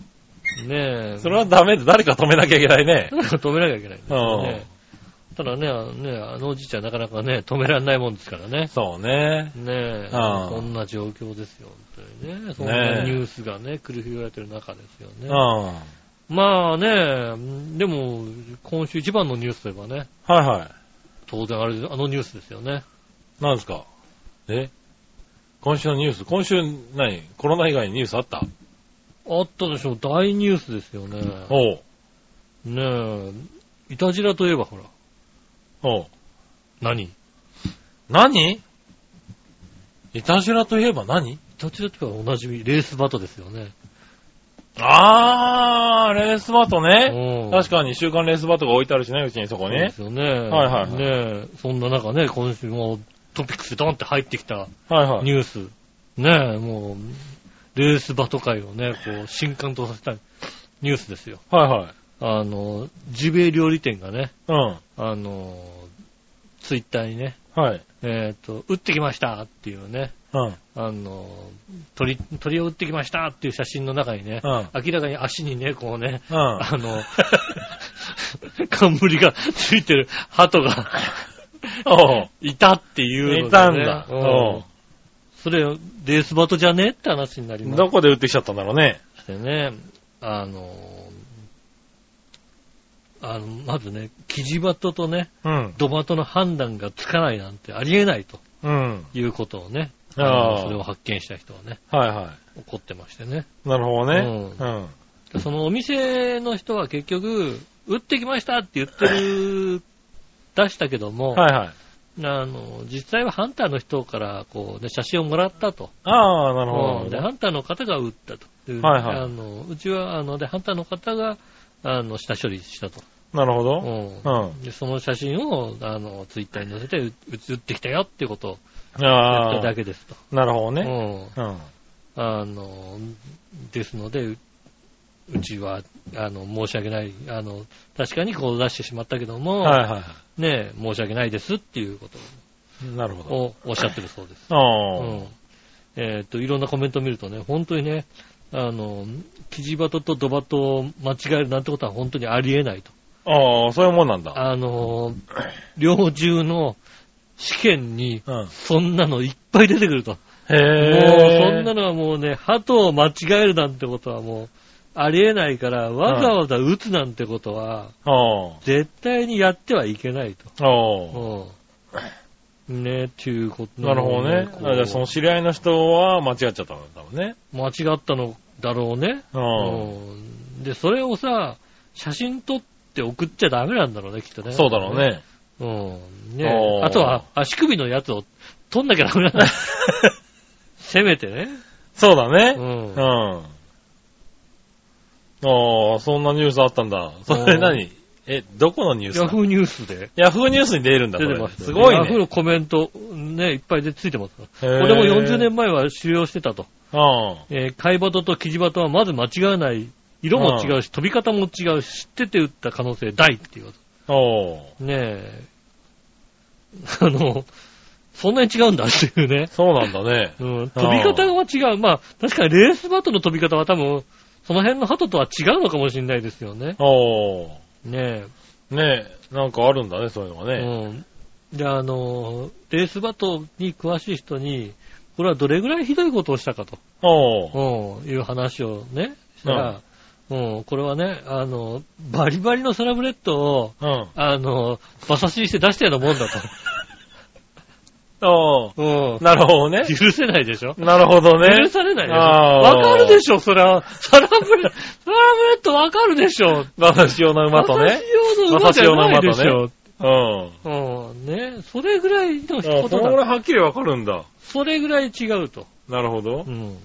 Speaker 1: ねえ。
Speaker 2: それはダメで誰か止めなきゃいけないね。
Speaker 1: 止めなきゃいけないんですよね。
Speaker 2: う
Speaker 1: ただね、あのね、あのおじいちゃんなかなかね、止められないもんですからね
Speaker 2: ん。。そうね。
Speaker 1: ねえ、
Speaker 2: うん
Speaker 1: そんな状況ですよ、本当にね。そん
Speaker 2: ね
Speaker 1: な
Speaker 2: え
Speaker 1: ニュースがね、繰り広げられてる中ですよ
Speaker 2: う
Speaker 1: ね
Speaker 2: ん。。は
Speaker 1: まあね、でも、今週一番のニュースといえばね、
Speaker 2: いは
Speaker 1: 当然あれ、あのニュースですよね。
Speaker 2: い。何ですかえ今週のニュース今週何コロナ以外にニュースあった
Speaker 1: あったでしょ、大ニュースですよね。
Speaker 2: おう。
Speaker 1: ねえ、いたじらといえばほら、
Speaker 2: おう。
Speaker 1: 何い
Speaker 2: 何いたじらといえば何
Speaker 1: たじらといえばおなじみ、レースバトですよね。
Speaker 2: あー、レースバトね。
Speaker 1: 確
Speaker 2: 確かに週刊レースバトが置いてあるしね、うちにそこ
Speaker 1: そうで
Speaker 2: ね。
Speaker 1: すよね。
Speaker 2: はいはいはい
Speaker 1: ねえ、そんな中ね、今週もトピックスでドンって入ってきた
Speaker 2: はいはい。
Speaker 1: ニュース。ねえ、もう、レースバト界をね、こう、新刊とさせたニュースですよ。
Speaker 2: はいはい。
Speaker 1: あの、ジビエ料理店がね、
Speaker 2: う
Speaker 1: あの、ツイッターにね、
Speaker 2: ん。はい。
Speaker 1: えっ、と、打ってきましたっていうね、
Speaker 2: うん。
Speaker 1: あの、鳥、鳥を打ってきましたっていう写真の中にね、
Speaker 2: うん。
Speaker 1: 明らかに足にね、こうね、
Speaker 2: う ん。
Speaker 1: あの、 冠がついてる鳩が
Speaker 2: おう。
Speaker 1: いたっていうので、ね。
Speaker 2: いたんだ。
Speaker 1: う
Speaker 2: おう
Speaker 1: それ、レースバトじゃねって話になりま
Speaker 2: どこで打ってきちゃったんだろうね。
Speaker 1: してね、あの、あの、まずね、キジバトとね、
Speaker 2: うん。
Speaker 1: ドバトの判断がつかないなんてありえないと
Speaker 2: うん。
Speaker 1: いうことをね、
Speaker 2: ああ。
Speaker 1: それを発見した人はね、
Speaker 2: はいは
Speaker 1: 怒ってましてね。
Speaker 2: い。なるほどね。
Speaker 1: う
Speaker 2: うん。
Speaker 1: でそのお店の人は結局、打ってきましたって言ってる、出したけども、
Speaker 2: はいはい。
Speaker 1: あの、実際はハンターの人から、こう、ね、写真をもらったと。
Speaker 2: ああ、なるほ
Speaker 1: うんで、
Speaker 2: ど。
Speaker 1: ハンターの方が打ったと。で
Speaker 2: はいはい
Speaker 1: あの、うちは、あの、で、ハンターの方が、あの、下処理したと。
Speaker 2: なるほ
Speaker 1: う
Speaker 2: ど。
Speaker 1: ん
Speaker 2: うん。
Speaker 1: でその写真を、あの、ツイッターに載せて、う打ってきたよっていうことをやっ
Speaker 2: あ
Speaker 1: ただ
Speaker 2: あ。
Speaker 1: けですと。
Speaker 2: なるほど
Speaker 1: う
Speaker 2: ね。
Speaker 1: ん
Speaker 2: うん。
Speaker 1: あの、ですので、ううちは、あの、申し訳ない、あの、確かにこう出してしまったけども、
Speaker 2: はいは
Speaker 1: ねえ、申し訳ないですっていうこと
Speaker 2: い。なるほど。
Speaker 1: をおっしゃってるそうです。う
Speaker 2: あ
Speaker 1: ん。えーっと、いろんなコメントを見るとね、本当にね、あの、キジバトとドバトを間違えるなんてことは本当にありえないと。
Speaker 2: あ。ああ、そういうもんなんだ。
Speaker 1: あの、猟銃の試験に、
Speaker 2: うん。
Speaker 1: そんなのいっぱい出てくると。
Speaker 2: へえ。
Speaker 1: もうそんなのはもうね、鳩を間違えるなんてことはもう、ありえないから、わざわざ撃つなんてことは、
Speaker 2: おう
Speaker 1: 絶対にやってはいけない
Speaker 2: おう
Speaker 1: と。うん。ね、っていうこと
Speaker 2: なるほどね。
Speaker 1: こう
Speaker 2: あじゃあその知り合いの人は間違っちゃったんだ多分ね。
Speaker 1: 間違ったのだろうね。
Speaker 2: う
Speaker 1: うんで、それをさ、写真撮って送っちゃダメなんだろうね、きっとね。
Speaker 2: ん。そうだろう。ね。
Speaker 1: うん。
Speaker 2: お
Speaker 1: ね
Speaker 2: ー
Speaker 1: あとは、足首のやつを撮んなきゃダメ なんだ。せめてね。
Speaker 2: そうだね。
Speaker 1: うん。
Speaker 2: うん。ああ、そんなニュースあったんだ。それ何え、どこのニュース
Speaker 1: ヤ
Speaker 2: なの
Speaker 1: フーニュースで
Speaker 2: ヤフーニュースに出るんだ、こ
Speaker 1: 出
Speaker 2: れ
Speaker 1: てます、
Speaker 2: すごい
Speaker 1: ヤフー
Speaker 2: ね。
Speaker 1: のコメント、ね、いっぱいでついてます。こ
Speaker 2: へー
Speaker 1: れも40年前は使用してたと。
Speaker 2: うん。
Speaker 1: えー貝鳩とキジ鳩はまず間違わない。色も違うし、飛び方も違うし、知ってて打った可能性大っていうこ
Speaker 2: おー
Speaker 1: と。ねえ。あの、そんなに違うんだっていうね。
Speaker 2: そうなんだね。
Speaker 1: うん、飛び方が違う。まあ、確かにレースバトの飛び方は多分、その辺の鳩とは違うのかもしれないですよね。
Speaker 2: おー
Speaker 1: ね
Speaker 2: ねえ、なんかあるんだね、そういうのが
Speaker 1: え。
Speaker 2: ね。
Speaker 1: うん。で、あの、レースバトに詳しい人に、これはどれぐらいひどいことをしたかと、
Speaker 2: おー
Speaker 1: うん、いう話をね、したら、うん、これはね、あの、バリバリのサラブレッドを、
Speaker 2: うん。
Speaker 1: あの、馬刺しにして出したようなもんだと。
Speaker 2: おー
Speaker 1: うん。
Speaker 2: なるほどね。
Speaker 1: 許せないでしょ
Speaker 2: なるほどね
Speaker 1: 許。されないでしょ。
Speaker 2: あー
Speaker 1: わかるでしょ、それは。サラブレ、サラブレッドわかるでしょ。
Speaker 2: 馬刺し用の馬とね
Speaker 1: 私。用の馬じゃないでしょ。
Speaker 2: う
Speaker 1: う
Speaker 2: ん。
Speaker 1: ん、ね。それぐらいの
Speaker 2: あ
Speaker 1: こ
Speaker 2: あそ
Speaker 1: と
Speaker 2: の
Speaker 1: だ。
Speaker 2: ぐらいはっきりわかるんだ。
Speaker 1: それぐらい違うと。
Speaker 2: なるほど
Speaker 1: う。ん。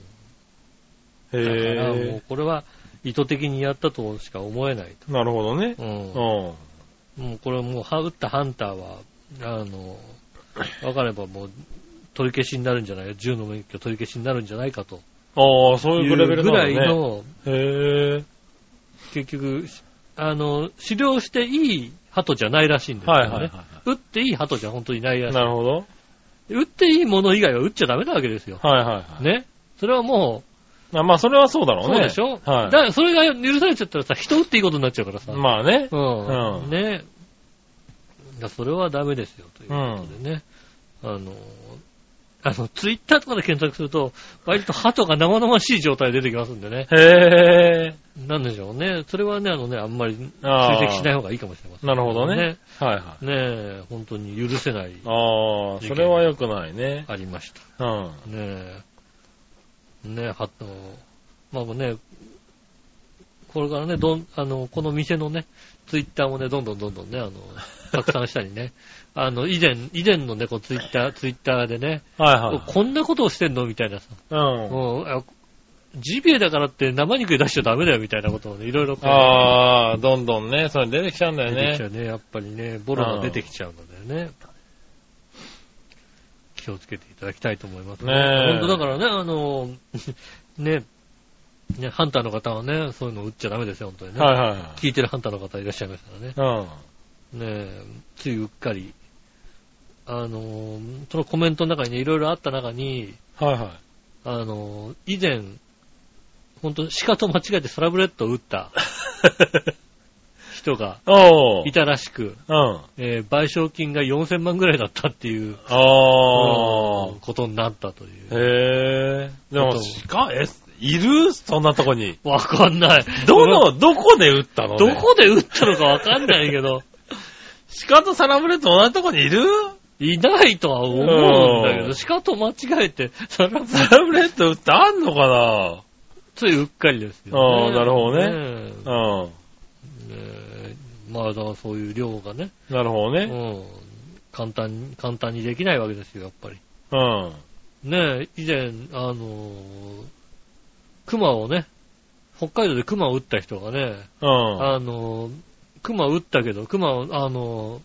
Speaker 2: へ
Speaker 1: だからも
Speaker 2: え
Speaker 1: う。これは意図的にやったとしか思えない
Speaker 2: なるほどね
Speaker 1: と。。うん
Speaker 2: う。ん。
Speaker 1: もうこれはもう、は撃ったハンターは、あの、わかればもう、取り消しになるんじゃない銃の免許取り消しになるんじゃないかと。
Speaker 2: ああ、そう
Speaker 1: い
Speaker 2: いう
Speaker 1: う
Speaker 2: レベル
Speaker 1: ぐ
Speaker 2: な
Speaker 1: らい
Speaker 2: んだね。
Speaker 1: の、
Speaker 2: へえ。
Speaker 1: 結局、あの、狩猟していい鳩じゃないらしいんですよね。
Speaker 2: はいはいは
Speaker 1: 撃っていい鳩じゃ本当にないら
Speaker 2: い。
Speaker 1: しい
Speaker 2: な。るほど。
Speaker 1: 撃っていいもの以外は撃っちゃダメなわけですよ。
Speaker 2: はいはいはい。
Speaker 1: ね。それはも
Speaker 2: あまあ、それはそうだ
Speaker 1: う、
Speaker 2: ろうね。
Speaker 1: そうでしょ、だか
Speaker 2: は
Speaker 1: らそれが許されちゃったらさ、人撃っていいことになっちゃうから
Speaker 2: い。
Speaker 1: さ。
Speaker 2: まあね。
Speaker 1: うん。
Speaker 2: うん
Speaker 1: ね。だからそれはダメですよ、ということでね。あの、あの、ツイッターとかで検索すると、割と鳩が生々しい状態で出てきますんでね。
Speaker 2: へえ。
Speaker 1: なんでしょうね。それはね、あのね、あんまり追
Speaker 2: あー
Speaker 1: 跡しない方がいいかもしれません。
Speaker 2: なるほどね。はいはい。
Speaker 1: ねえ、本当に許せない、
Speaker 2: ああ、それは良くないね。
Speaker 1: ありました。
Speaker 2: うん。
Speaker 1: ねえ、ねえ、はっと、まあもうね、これからね、どん、あの、この店のね、ツイッターもね、どんどんどんどんね、あ の、拡散したりね、あの、以前、以前のね、こうツイッター、ツイッターでね、
Speaker 2: はい
Speaker 1: こんなことをしてんのみたいなさ、
Speaker 2: はい。うん。
Speaker 1: もうん、あジビエだからって生肉出しちゃダメだよみたいなことをね、いろいろこう
Speaker 2: ああ、どんどんね、それ出てきちゃうんだよ
Speaker 1: 出てきちゃ
Speaker 2: ね。
Speaker 1: うね、やっぱりね、ボロが出てきちゃうのでね。気をつけていただきたいと思いますね。
Speaker 2: ねえ
Speaker 1: 本当だからね、あの、 ね、ね、ハンターの方はね、そういうの打っちゃダメですよ、本当にね。
Speaker 2: はいはいはい。
Speaker 1: 聞いてるハンターの方いらっしゃいましたらね。
Speaker 2: うん。
Speaker 1: ねえ、ついうっかり。あの、そのコメントの中にね、いろいろあった中に、
Speaker 2: はいは
Speaker 1: あの、以前、本当鹿と間違えてサラブレッドを打った
Speaker 2: い。
Speaker 1: 人が
Speaker 2: おー
Speaker 1: いたらしく、
Speaker 2: うん。
Speaker 1: えー賠償金が4000万ぐらいだったっていう、
Speaker 2: あ
Speaker 1: うんことになったという。
Speaker 2: あ。へえ。でも、鹿、え、いるそんなとこに。
Speaker 1: わかんない。
Speaker 2: どの、どこで撃ったの
Speaker 1: 俺どこで打ったのかわかんないけど、
Speaker 2: 鹿とサラブレッド同じとこに いる
Speaker 1: いないとは思うんだけ
Speaker 2: う
Speaker 1: ど、
Speaker 2: ん
Speaker 1: しかと間違えて、サラブ
Speaker 2: サラブレッド撃ってあんのかな
Speaker 1: ついうっかりですよ、ね。
Speaker 2: あーなるほどね
Speaker 1: ね
Speaker 2: うん。
Speaker 1: え。ねえまあ、だからそういう量がね、
Speaker 2: なるほど
Speaker 1: う
Speaker 2: ね。
Speaker 1: ん、簡単に、簡単にできないわけですよ、やっぱり。
Speaker 2: うん。
Speaker 1: ねえ、以前、あのー熊をね、北海道で熊を撃った人がね、
Speaker 2: うん。
Speaker 1: あの、熊撃ったけど、熊を、あの、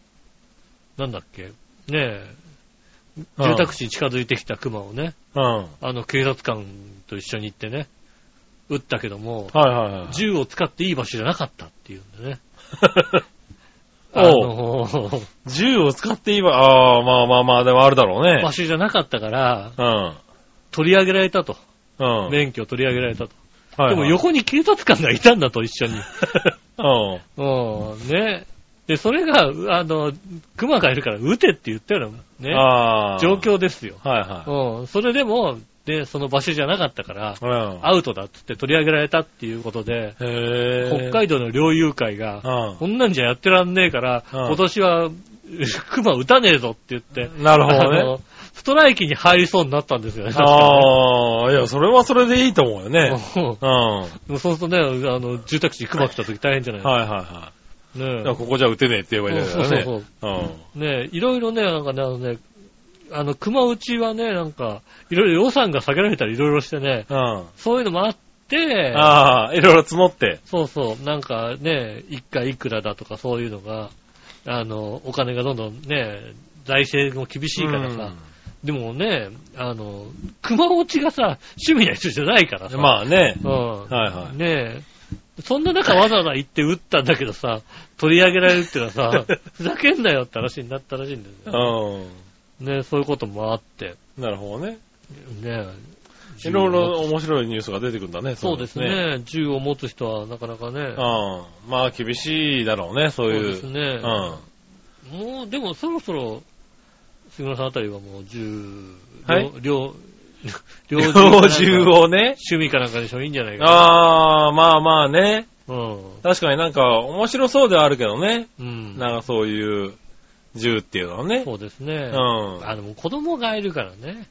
Speaker 1: なんだっけ、ねえ、
Speaker 2: うん
Speaker 1: 住宅地に近づいてきた熊をね、
Speaker 2: うん。はい
Speaker 1: あの、警察官と一緒に行ってね、撃ったけども、
Speaker 2: はいはい。
Speaker 1: 銃を使っていい場所じゃなかったっていうんでね。あ
Speaker 2: おう
Speaker 1: の、
Speaker 2: 銃を使って言えば、ああ、まあまあまあ、でもあるだろうね
Speaker 1: 場。所じゃなかったから、
Speaker 2: うん。
Speaker 1: 取り上げられたと。
Speaker 2: うん。
Speaker 1: 免許を取り上げられたと。
Speaker 2: はいは
Speaker 1: で
Speaker 2: い
Speaker 1: も横に警察官がいたんだと、一緒に。
Speaker 2: うん。
Speaker 1: うん、ね。で、それが、あの、熊がいるから撃てって言ったような、ね、
Speaker 2: ああ。
Speaker 1: 状。況ですよ。
Speaker 2: はいは
Speaker 1: うん。それでも、で、その場所じゃなかったから、
Speaker 2: い。うん。
Speaker 1: アウトだっつって取り上げられたっていうことで、
Speaker 2: へえ。
Speaker 1: 北海道の猟友会が、こんなんじゃやってらんねえから、
Speaker 2: うん
Speaker 1: 今年は、 熊撃たねえぞって言って、
Speaker 2: うん。なるほ
Speaker 1: あ
Speaker 2: どね。
Speaker 1: のストライキに入りそうになったんですよね、確か
Speaker 2: ああ、いや、それはそれでいいと思うよね。
Speaker 1: に。うん
Speaker 2: うん。は
Speaker 1: でもそうするとね、あの、住宅地に熊来た時大変じゃないい
Speaker 2: はいは
Speaker 1: ねえ
Speaker 2: い。だからここじゃ打てねえって言えばいいんだ
Speaker 1: そう
Speaker 2: よ
Speaker 1: そう
Speaker 2: ね。
Speaker 1: そう。
Speaker 2: うん。
Speaker 1: ねえ、いろいろね、なんかね、あのね、あの、熊打ちはね、なんか、いろいろ予算が下げられたりいろいろしてね、
Speaker 2: うん。
Speaker 1: そういうのもあって、
Speaker 2: ああ、いろいろ積もって。
Speaker 1: そうそう、なんかね、一回いくらだとかそういうのが、あの、お金がどんどんね、財政も厳しいからさ、でもね、あの、熊落ちがさ、趣味な人じゃないから
Speaker 2: う
Speaker 1: さ、
Speaker 2: んまあね。
Speaker 1: うん、
Speaker 2: はいはい。
Speaker 1: ねえ。そんな中わざわざ行って撃ったんだけどさ、取り上げられるってのは さ、ふざけんなよって話になったらしいんだよね。
Speaker 2: う
Speaker 1: ね、そういうこともあって、
Speaker 2: ん。なるほどね。
Speaker 1: ね、
Speaker 2: いろいろ面白いニュースが出てくるんだね。
Speaker 1: そうです。ね、銃を持つ人はなかなかね
Speaker 2: う、ん。まあ、厳しいだろうね、そ
Speaker 1: そうう
Speaker 2: い
Speaker 1: で
Speaker 2: う。
Speaker 1: す
Speaker 2: う
Speaker 1: ね、
Speaker 2: ん。
Speaker 1: もうでもそろそろ、杉村さんあたりはもう銃、
Speaker 2: はい
Speaker 1: 両、両
Speaker 2: 猟
Speaker 1: 両
Speaker 2: 銃
Speaker 1: を
Speaker 2: をね。
Speaker 1: 趣味かなんかでしょ、いいんじゃないかな。
Speaker 2: ああ、まあまあね。
Speaker 1: うん。
Speaker 2: 確かになんか面白そうではあるけどね。
Speaker 1: うん。
Speaker 2: なんかそういう銃っていうのはね。
Speaker 1: そうです
Speaker 2: う
Speaker 1: ね。
Speaker 2: ん。
Speaker 1: あの、子供がいるからね。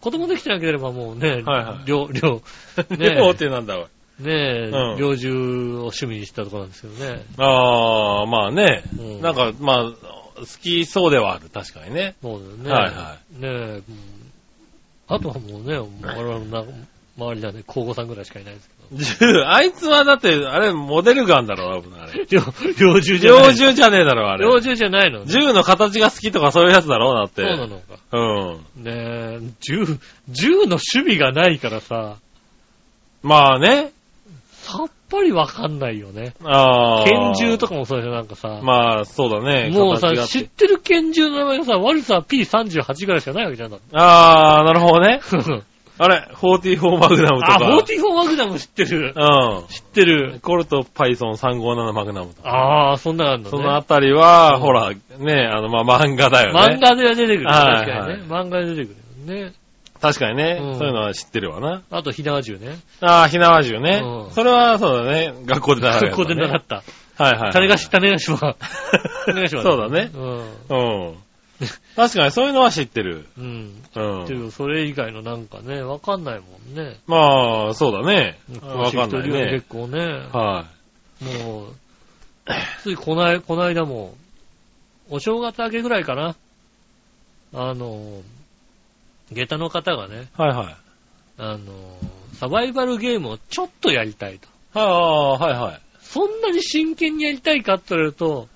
Speaker 1: 子供できてなければもうね、
Speaker 2: はいはい
Speaker 1: 両、両、ね
Speaker 2: 両手なんだわ。
Speaker 1: ねえ、
Speaker 2: うん
Speaker 1: 猟銃を趣味にしたところなんですけどね。
Speaker 2: ああ、まあね。
Speaker 1: うん
Speaker 2: なんか、まあ、好きそうではある。確かにね。
Speaker 1: そうだよね。
Speaker 2: はいは
Speaker 1: ねえ、うんあとはもうね、我々のな周りなんで、高校さんぐらいしかいないです
Speaker 2: 銃、あいつはだって、あれ、モデルガンだろ、危ないあれ。
Speaker 1: けど。猟猟銃じゃない。
Speaker 2: 猟銃じゃねえだろ、あれ。
Speaker 1: 猟銃じゃないのね。
Speaker 2: 銃の形が好きとかそういうやつだろうなって。
Speaker 1: そうなのか。
Speaker 2: うん。
Speaker 1: ねえ、銃、銃の趣味がないからさ、
Speaker 2: まあね。
Speaker 1: さっぱりわかんないよね。
Speaker 2: ああ。
Speaker 1: 拳銃とかもそうでしょ、なんかさ。
Speaker 2: まあ、そうだね。
Speaker 1: もうさ
Speaker 2: 形があ、っ
Speaker 1: 知っててる拳銃の名前がさ、悪さは P38 ぐらいしかないわ けじゃんだって。
Speaker 2: ああ、なるほどね。あれ、44マグナムとか。
Speaker 1: あ、44マグナム知ってる。知って
Speaker 2: う
Speaker 1: る
Speaker 2: ん。。コルト、パイソン357マグナムとか。
Speaker 1: ああ、そんなのあるのね。
Speaker 2: そのあたりは、
Speaker 1: ん
Speaker 2: ほら、ね、あの、まあ、漫画だよね。
Speaker 1: 漫画では出てくる。
Speaker 2: は
Speaker 1: 確
Speaker 2: い
Speaker 1: かにね。漫画で出てくるよね。
Speaker 2: 確かにね、
Speaker 1: うん
Speaker 2: そういうのは知ってるわな。
Speaker 1: あと、ひなわ銃ね。
Speaker 2: ああ、ひなわ銃ね、
Speaker 1: うん
Speaker 2: それはそうだね。学校で習うやつだね。
Speaker 1: 学校で習った。
Speaker 2: はいはい。
Speaker 1: 種が知ったねがしは。種がしは。
Speaker 2: そうだね。うん。確かにそういうのは知ってる。
Speaker 1: うん。うん。
Speaker 2: う
Speaker 1: ってい
Speaker 2: ん。
Speaker 1: う、それ以外のなんかね、わかんないもんね。
Speaker 2: まあ、そうだね。わ
Speaker 1: 詳し
Speaker 2: かんない
Speaker 1: 人より
Speaker 2: ね
Speaker 1: 結。構ね、
Speaker 2: は
Speaker 1: もう、ついこない、こないだも、お正月明けぐらいかな。あの、下駄の方がね、
Speaker 2: い。はいはい。
Speaker 1: あの、サバイバルゲームをちょっとやりたいと。
Speaker 2: ああ、はいはい。
Speaker 1: そんなに真剣にやりたいかって言われると、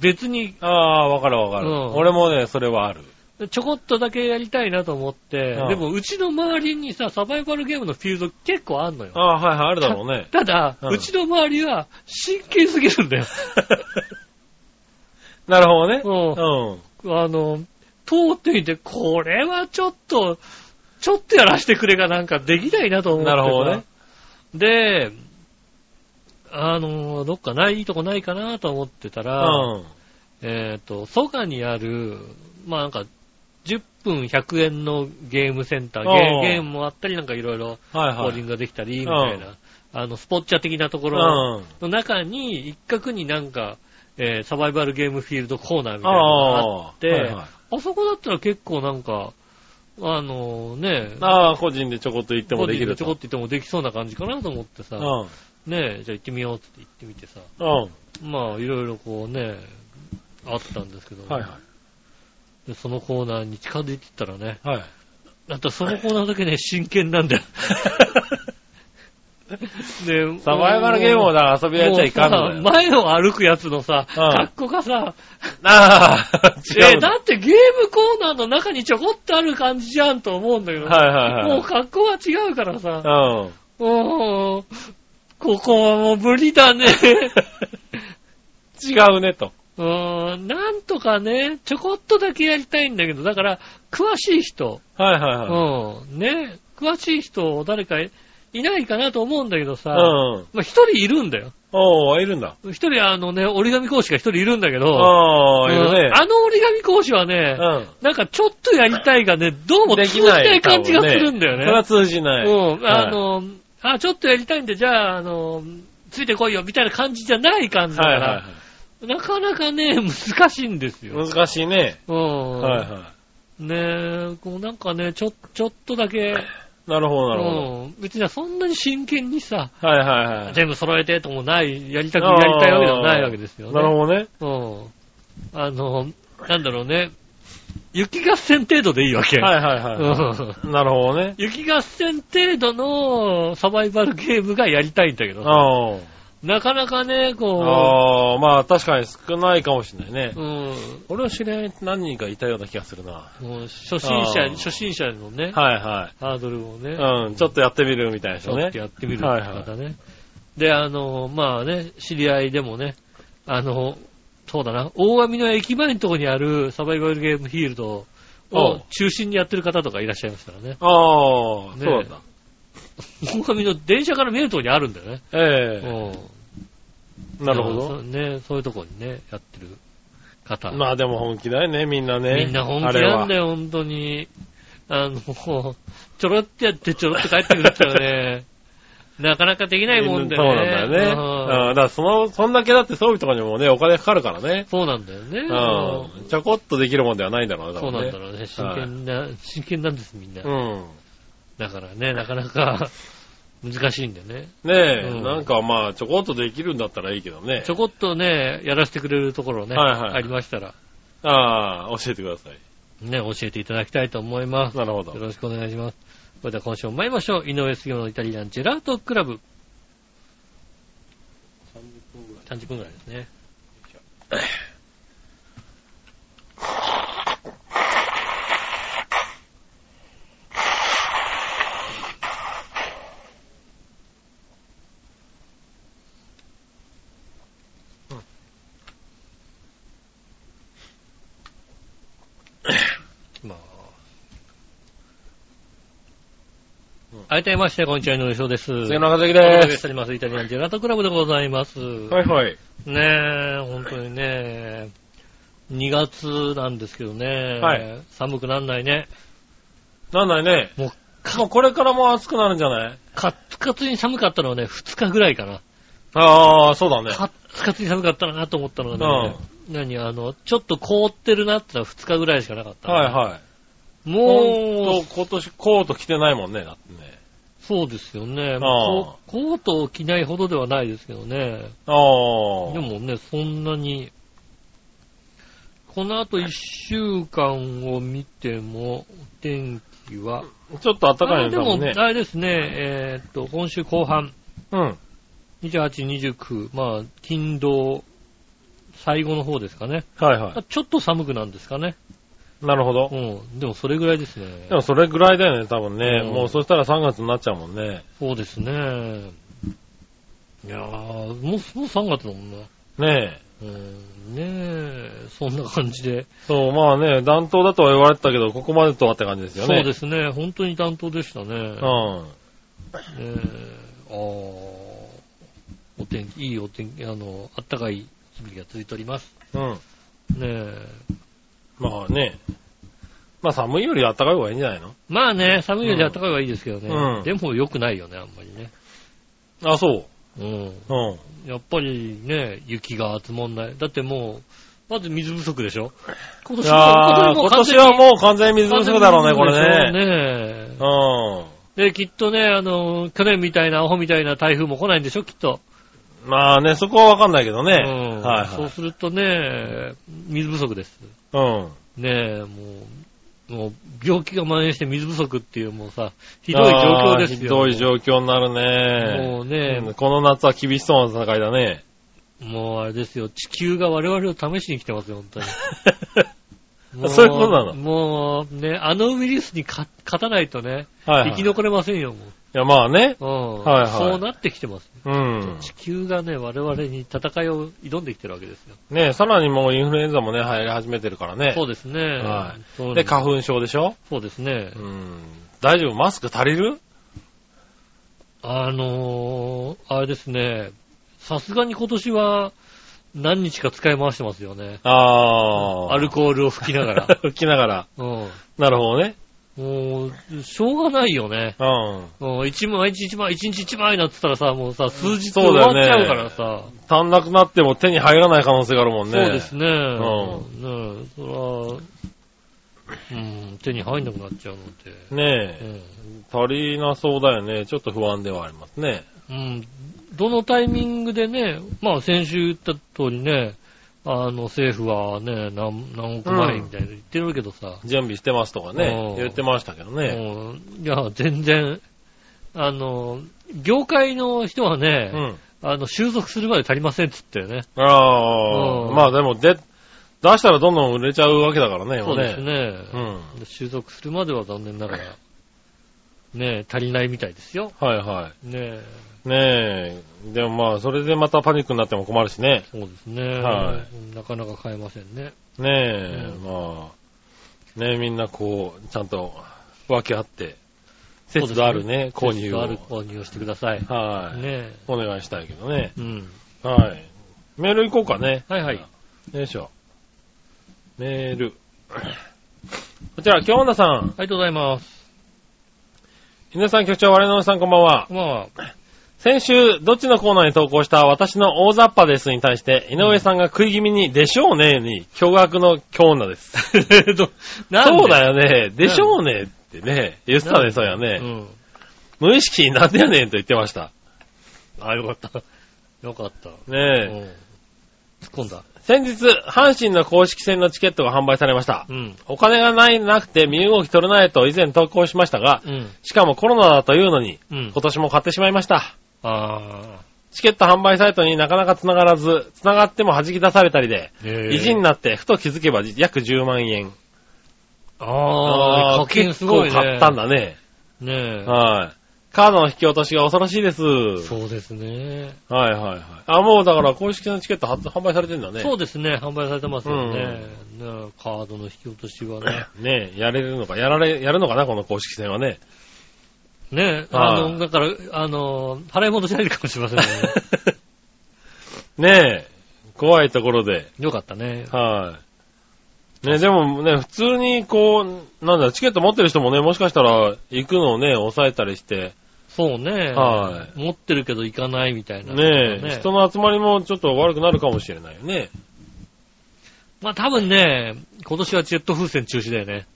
Speaker 1: 別に
Speaker 2: ああ、わかるわかる、
Speaker 1: うん
Speaker 2: 俺もね、それはある。
Speaker 1: ちょこっとだけやりたいなと思って、
Speaker 2: うん
Speaker 1: でもうちの周りにさ、サバイバルゲームのフィールド結構あんのよ
Speaker 2: あ。あ、はいはい、あるだろうね。
Speaker 1: ただ、
Speaker 2: う
Speaker 1: うんちの周りは真剣すぎるん だよ。
Speaker 2: なるほどね。
Speaker 1: う
Speaker 2: うん。
Speaker 1: んあの、通ってみて、これはちょっと、ちょっとやらせてくれがなんかできないなと思ってさ
Speaker 2: なるほどね。
Speaker 1: で、あの、どっかない、いいとこないかなと思ってた
Speaker 2: う
Speaker 1: ら、
Speaker 2: ん。
Speaker 1: えっ、と、蘇我にある、まあなんか、10分100円のゲームセンター、ゲ
Speaker 2: あ
Speaker 1: ー
Speaker 2: あ
Speaker 1: ゲームもあったりなんかいろいろ、
Speaker 2: はい
Speaker 1: ボ
Speaker 2: は
Speaker 1: ーリ
Speaker 2: い。
Speaker 1: ングができたり、みたいな、あの、スポッチャ的なとこ
Speaker 2: う
Speaker 1: ろ
Speaker 2: ん。
Speaker 1: の中に、一角になんか、えーサバイバルゲームフィールドコーナーみたいなのがあっ
Speaker 2: ああ。
Speaker 1: て
Speaker 2: はいはい
Speaker 1: あそこだったら結構なんか、あのね、
Speaker 2: ああ、個人でちょこっと行ってもできる
Speaker 1: ち
Speaker 2: と。
Speaker 1: ょこっと行ってもできそうな感じかなと思ってさ、ねえ、じゃあ行ってみようって言ってみてさ、
Speaker 2: うん。うん。
Speaker 1: まあいろいろこうね、あったんですけど、
Speaker 2: はいは
Speaker 1: で、そのコーナーに近づいていったらね、
Speaker 2: い。はい。
Speaker 1: あとそのコーナーだ けね、真剣なんだよ。で、
Speaker 2: サバイバルゲームをだから遊びやっちゃいかんの
Speaker 1: も
Speaker 2: だよ
Speaker 1: うさ前を歩くやつのさ、
Speaker 2: うん
Speaker 1: 格好がさ、
Speaker 2: ああ、違
Speaker 1: え
Speaker 2: うの。
Speaker 1: だってゲームコーナーの中にちょこっとある感じじゃんと思うんだけど、
Speaker 2: はいはいはい。
Speaker 1: もう格好は違うからさ、
Speaker 2: うん。
Speaker 1: もうここはもう無理 だね。
Speaker 2: 違うねと。
Speaker 1: うーん、なんとかね、ちょこっとだけやりたいんだけど、だから、詳しい人、
Speaker 2: はいはいはい。
Speaker 1: うん。ね。詳しい人を誰かいないかなと思うんだけどさ、
Speaker 2: うん。
Speaker 1: まあ一人いるんだよ。
Speaker 2: おー、いるんだ。
Speaker 1: 一人あのね、折り紙講師が一人いるんだけど、
Speaker 2: あ
Speaker 1: う
Speaker 2: ー、
Speaker 1: ん
Speaker 2: いるね。
Speaker 1: あの折り紙講師はね、
Speaker 2: うん。
Speaker 1: なんかちょっとやりたいがね、どうも
Speaker 2: で
Speaker 1: 通
Speaker 2: き
Speaker 1: じ
Speaker 2: ない。
Speaker 1: ない感じがするんだよ
Speaker 2: 多分それは
Speaker 1: ね。
Speaker 2: 通じない。
Speaker 1: うん、
Speaker 2: はい
Speaker 1: あの、あ、ちょっとやりたいんで、じゃあ、あの、ついてこいよ、みたいな感じじゃない感じだか
Speaker 2: は
Speaker 1: ら、
Speaker 2: いは
Speaker 1: なかなかね、難しいんです
Speaker 2: い
Speaker 1: よ。
Speaker 2: はい。難しいね。
Speaker 1: うん。
Speaker 2: はいは
Speaker 1: ねえ、こうなんかね、ちょ、ちょっとだけ、
Speaker 2: い。なるほど、なるほど。
Speaker 1: うん、別にそんなに真剣にさ、
Speaker 2: はいはいはい。
Speaker 1: 全部揃えてともない、やりたく、やりたいわけでもないわけですよね。
Speaker 2: なるほどね。
Speaker 1: ど。うん。あの、なんだろうね、雪合戦程度でいいわけ。
Speaker 2: はいはいは
Speaker 1: うん
Speaker 2: い。なるほどね。
Speaker 1: 雪合戦程度のサバイバルゲームがやりたいんだけどさ、
Speaker 2: あー
Speaker 1: なかなかね、こ
Speaker 2: あー、まあ確かに少ないかもしれないね
Speaker 1: う、。うん、
Speaker 2: 俺の知り合いに何人かいたような気がするな。
Speaker 1: もう初心者
Speaker 2: あー、
Speaker 1: 初心者のね、
Speaker 2: はいは
Speaker 1: ハードルをね、
Speaker 2: い。うん、ちょっとやってみるみたいな
Speaker 1: ち
Speaker 2: 人
Speaker 1: ょ
Speaker 2: ね
Speaker 1: っと。やってみる
Speaker 2: はい
Speaker 1: またね。で、あの、まあね、知り合いでもね、あの、そうだな、大網の駅前のとこにあるサバイバルゲームフィールド
Speaker 2: お
Speaker 1: を
Speaker 2: う
Speaker 1: 中心にやってる方とかいらっしゃいますからね。
Speaker 2: ああ、
Speaker 1: ね
Speaker 2: そうだ。
Speaker 1: 大網の電車から見えるとこにあるんだよね。
Speaker 2: ええ
Speaker 1: う
Speaker 2: なるほ
Speaker 1: んそ
Speaker 2: ど。
Speaker 1: うね、そういうとこにね、やってる方。
Speaker 2: まあでも本気だよね、みんなね。
Speaker 1: みんな本
Speaker 2: あ
Speaker 1: 気
Speaker 2: れ
Speaker 1: な
Speaker 2: は
Speaker 1: んだよ、本当に。あの、 ちょろってやってちょろって帰ってくるってのはね、 なかなかできないもんでね。
Speaker 2: そうなんだよね。
Speaker 1: うん
Speaker 2: うんだからその、そんだけだって装備とかにもね、お金かかるからね。
Speaker 1: そうなんだよね。
Speaker 2: うん。ちょこっとできるもんではないんだろうね、
Speaker 1: そうなんだ
Speaker 2: ろ
Speaker 1: ろうね。真剣な、真剣なんです、みんな。
Speaker 2: うん。
Speaker 1: だからね、なかなか 難しいんだよね。
Speaker 2: ねえ、
Speaker 1: うん
Speaker 2: なんかまあ、ちょこっとできるんだったらいいけどね
Speaker 1: ち。ょこっとね、やらせてくれるところね、
Speaker 2: はいはい
Speaker 1: ありましたら、
Speaker 2: ああ、教えてください。
Speaker 1: ね、教えていただきたいと思います。よ
Speaker 2: なるほど。
Speaker 1: ろしくお願いします。それでは今週も参りましょう。井上杉村のイタリアンジェラートクラブ。30分ぐらいですね。まあ。
Speaker 2: うん
Speaker 1: 改めまして、こんにちは、井上翔です。
Speaker 2: 杉野和之
Speaker 1: お
Speaker 2: で
Speaker 1: 届けし
Speaker 2: す。
Speaker 1: ております。イタリアンジェラートクラブでございます。
Speaker 2: はいはい。
Speaker 1: ねえ、本当にね、2月なんですけどね、
Speaker 2: はい
Speaker 1: 寒くなんないね。
Speaker 2: なんないね。
Speaker 1: もう
Speaker 2: もうこれからも暑くなるんじゃない
Speaker 1: カッツカツに寒かったのはね、2日ぐらいかな。
Speaker 2: ああ、そうだね。
Speaker 1: カッツカツに寒かったなと思ったのはね、何あの、ちょっと凍ってるなってのは2日ぐらいしかなかった。
Speaker 2: はいはい。
Speaker 1: も
Speaker 2: ほん
Speaker 1: う、
Speaker 2: と、今年コート着てないもんね、だってね。
Speaker 1: そうですよね。
Speaker 2: ん
Speaker 1: こうコートを着ないほどではないですけどね。
Speaker 2: ああ。
Speaker 1: でもね、そんなに、この後一週間を見ても、お天気は、
Speaker 2: ちょっと暖か
Speaker 1: あ
Speaker 2: いの
Speaker 1: で
Speaker 2: だ
Speaker 1: も
Speaker 2: もんね、。
Speaker 1: あれですね、えーっと、今週後半、
Speaker 2: うん。
Speaker 1: 28、29、まあ、金土、最後の方ですかね。
Speaker 2: はいは
Speaker 1: ちょっと寒くなんですかね。
Speaker 2: い。なるほど。
Speaker 1: うん。でもそれぐらいですね
Speaker 2: で。もそれぐらいだよね、多分ね。
Speaker 1: うん
Speaker 2: もうそしたら3月になっちゃうもんね。
Speaker 1: そうですね。いやー、もう、もう3月だもんな。
Speaker 2: ねえ。
Speaker 1: うん、ねえ、そんな感じで。
Speaker 2: そう、まあね、暖冬だとは言われてたけど、ここまでとはって感じですよね。。
Speaker 1: そうですすね。本当に担当でしたね。
Speaker 2: うん。
Speaker 1: えー、あーお天気、いいお天気、あの、あったかい日々が続いております。
Speaker 2: うん。
Speaker 1: ねえ。
Speaker 2: まあね。まあ寒いより暖かい方がいいんじゃないの
Speaker 1: まあね、寒いより暖かいはいいですけどね。
Speaker 2: うん
Speaker 1: でも良くないよね、あんまりね。
Speaker 2: あ、そ
Speaker 1: う
Speaker 2: う。うん。
Speaker 1: ん。やっぱりね、雪が集まんない。だってもう、まず水不足でしょ今
Speaker 2: い
Speaker 1: 年
Speaker 2: やー今年はもう完全に水不
Speaker 1: 完全に
Speaker 2: 足だろうね、これ
Speaker 1: 完全
Speaker 2: ね。
Speaker 1: に水不足でしょうね
Speaker 2: う
Speaker 1: で、きっとね、あの、去年みたいな、アホみたいな台風も来ないんでしょ、きっと。
Speaker 2: ん。まあね、そこはわかんないけどね。
Speaker 1: うん。
Speaker 2: はい
Speaker 1: そう
Speaker 2: はい。
Speaker 1: するとね、水不足です。
Speaker 2: うん。
Speaker 1: ねえ、もう、もう病気が蔓延して水不足っていうもうさ、ひどい状況ですよ。
Speaker 2: あーひどい状況になるね。
Speaker 1: もうね、
Speaker 2: うんこの夏は厳しそうな戦いだね。
Speaker 1: もうあれですよ、地球が我々を試しに来てますよ、本当に。も
Speaker 2: そういうことなの
Speaker 1: もうね、あのウイルスにか勝たないとね、
Speaker 2: はい、はい。
Speaker 1: 生き残れませんよ、も
Speaker 2: いや、まあね。
Speaker 1: う。うん
Speaker 2: はいはい
Speaker 1: そうなってきてます。
Speaker 2: うん。
Speaker 1: 地球がね、我々に戦いを挑んできてるわけですよ。
Speaker 2: ねさらにもうインフルエンザもね、流行り始めてるからね。
Speaker 1: そうですね。
Speaker 2: はい
Speaker 1: そう
Speaker 2: で、花粉症でしょ
Speaker 1: そうですね
Speaker 2: う。ん。大丈夫マスク足りる
Speaker 1: あのー、あれですね、さすがに今年は何日か使い回してますよね。
Speaker 2: ああ。
Speaker 1: アルコールを吹きながら。
Speaker 2: 吹きながら。
Speaker 1: うん。
Speaker 2: なるほどね。
Speaker 1: もう、しょうがないよね。
Speaker 2: うん。
Speaker 1: うん、一枚、一日一枚、一日一枚なってたらさ、もうさ、数日終
Speaker 2: そうだ
Speaker 1: わ
Speaker 2: よ
Speaker 1: っ
Speaker 2: ね
Speaker 1: ちゃうからさ。
Speaker 2: 足んなくなっても手に入らない可能性があるもんね。
Speaker 1: そうです
Speaker 2: ね。
Speaker 1: ね。
Speaker 2: ん
Speaker 1: ねえそら、うん、手に入んなくなっちゃうので。
Speaker 2: ね
Speaker 1: う
Speaker 2: え。
Speaker 1: ん
Speaker 2: 足りなそうだよね。ちょっと不安ではありますね。
Speaker 1: うん、どのタイミングでね、まあ先週言った通りね、あの政府はね、何何億万円みたいなの言ってるけどさ、
Speaker 2: 準備してますとか
Speaker 1: う
Speaker 2: ね
Speaker 1: ん。
Speaker 2: 言ってましたけどね。
Speaker 1: もういや、全然、あの、業界の人はね
Speaker 2: う、ん。
Speaker 1: あの、収束するまで足りませんっつってね。
Speaker 2: あ
Speaker 1: う
Speaker 2: あ。
Speaker 1: ん
Speaker 2: まあでも、で、出したらどんどん売れちゃうわけだからね、
Speaker 1: そ
Speaker 2: 今
Speaker 1: うですね。
Speaker 2: うん。
Speaker 1: 収束するまでは残念ながら、ね、足りないみたいですよ。
Speaker 2: はいは
Speaker 1: ね
Speaker 2: い。ねえ。でもまあ、それでまたパニックになっても困るしね。
Speaker 1: そうですね、
Speaker 2: は
Speaker 1: なかなか買えませんね。
Speaker 2: ねえ、
Speaker 1: うん
Speaker 2: まあ、ねえ、みんなこう、ちゃんと分け合って、節度あるね、購入
Speaker 1: あ
Speaker 2: を。
Speaker 1: る購入をしてください。
Speaker 2: はい、
Speaker 1: ね
Speaker 2: お願いしたいけどね。
Speaker 1: うん。
Speaker 2: はい。メール行こうかね。
Speaker 1: はいはい。
Speaker 2: よいしょ。メール。こちら、京女さん、
Speaker 1: ありがとうございます。
Speaker 2: 皆さん局長、我々のさんこんばんは。
Speaker 1: こんばんは。
Speaker 2: 先週、どっちのコーナーに投稿した私の大雑把ですに対して、井上さんが食い気味に、でしょうねに、驚愕の京女です。
Speaker 1: なんで
Speaker 2: そうだよね。でしょうねってね、言ってたね、そうやね。
Speaker 1: うん。
Speaker 2: 無意識になんでやねんと言ってました。
Speaker 1: あ、よかった。よかった。うん
Speaker 2: ねえ。
Speaker 1: 突っ込んだ。
Speaker 2: 先日、阪神の公式戦のチケットが販売されました。
Speaker 1: うん。
Speaker 2: お金がない、なくて身動き取れないと以前投稿しましたが、
Speaker 1: うん。
Speaker 2: しかもコロナだというのに、
Speaker 1: うん
Speaker 2: 今。年も買ってしまいました。
Speaker 1: あ
Speaker 2: チケット販売サイトになかなか繋がらず、繋がっても弾き出されたりで、
Speaker 1: ー。へー
Speaker 2: 意地になってふと気づけば約10万円。
Speaker 1: あー、課金すごいね。
Speaker 2: 結構買ったん。だね。
Speaker 1: ね
Speaker 2: はい。カードの引き落としが恐ろしいです。
Speaker 1: え。そうですね。
Speaker 2: はいはいはい。あ、もうだから公式のチケット発販売されてんだね。
Speaker 1: そうですね。販売されてますよね。ねえカードの引き落としはね。
Speaker 2: ねやれるのか、やられ、やるのかな、この公式戦 はね。
Speaker 1: ねえ。あ
Speaker 2: はい
Speaker 1: の、だから、あの、払い戻しないかもしれませんね。
Speaker 2: ねえ、怖いところで。
Speaker 1: よかったね。
Speaker 2: はい。ねでもね、普通にこう、なんだ、チケット持ってる人もね、もしかしたら行くのをね、抑えたりして、
Speaker 1: そうね。
Speaker 2: は
Speaker 1: 持ってるけど行かないみたいな。
Speaker 2: ねえ、人の集まりもちょっと悪くなるかもしれないよね。
Speaker 1: まあ多分ね、今年はジェット風船中止だよね。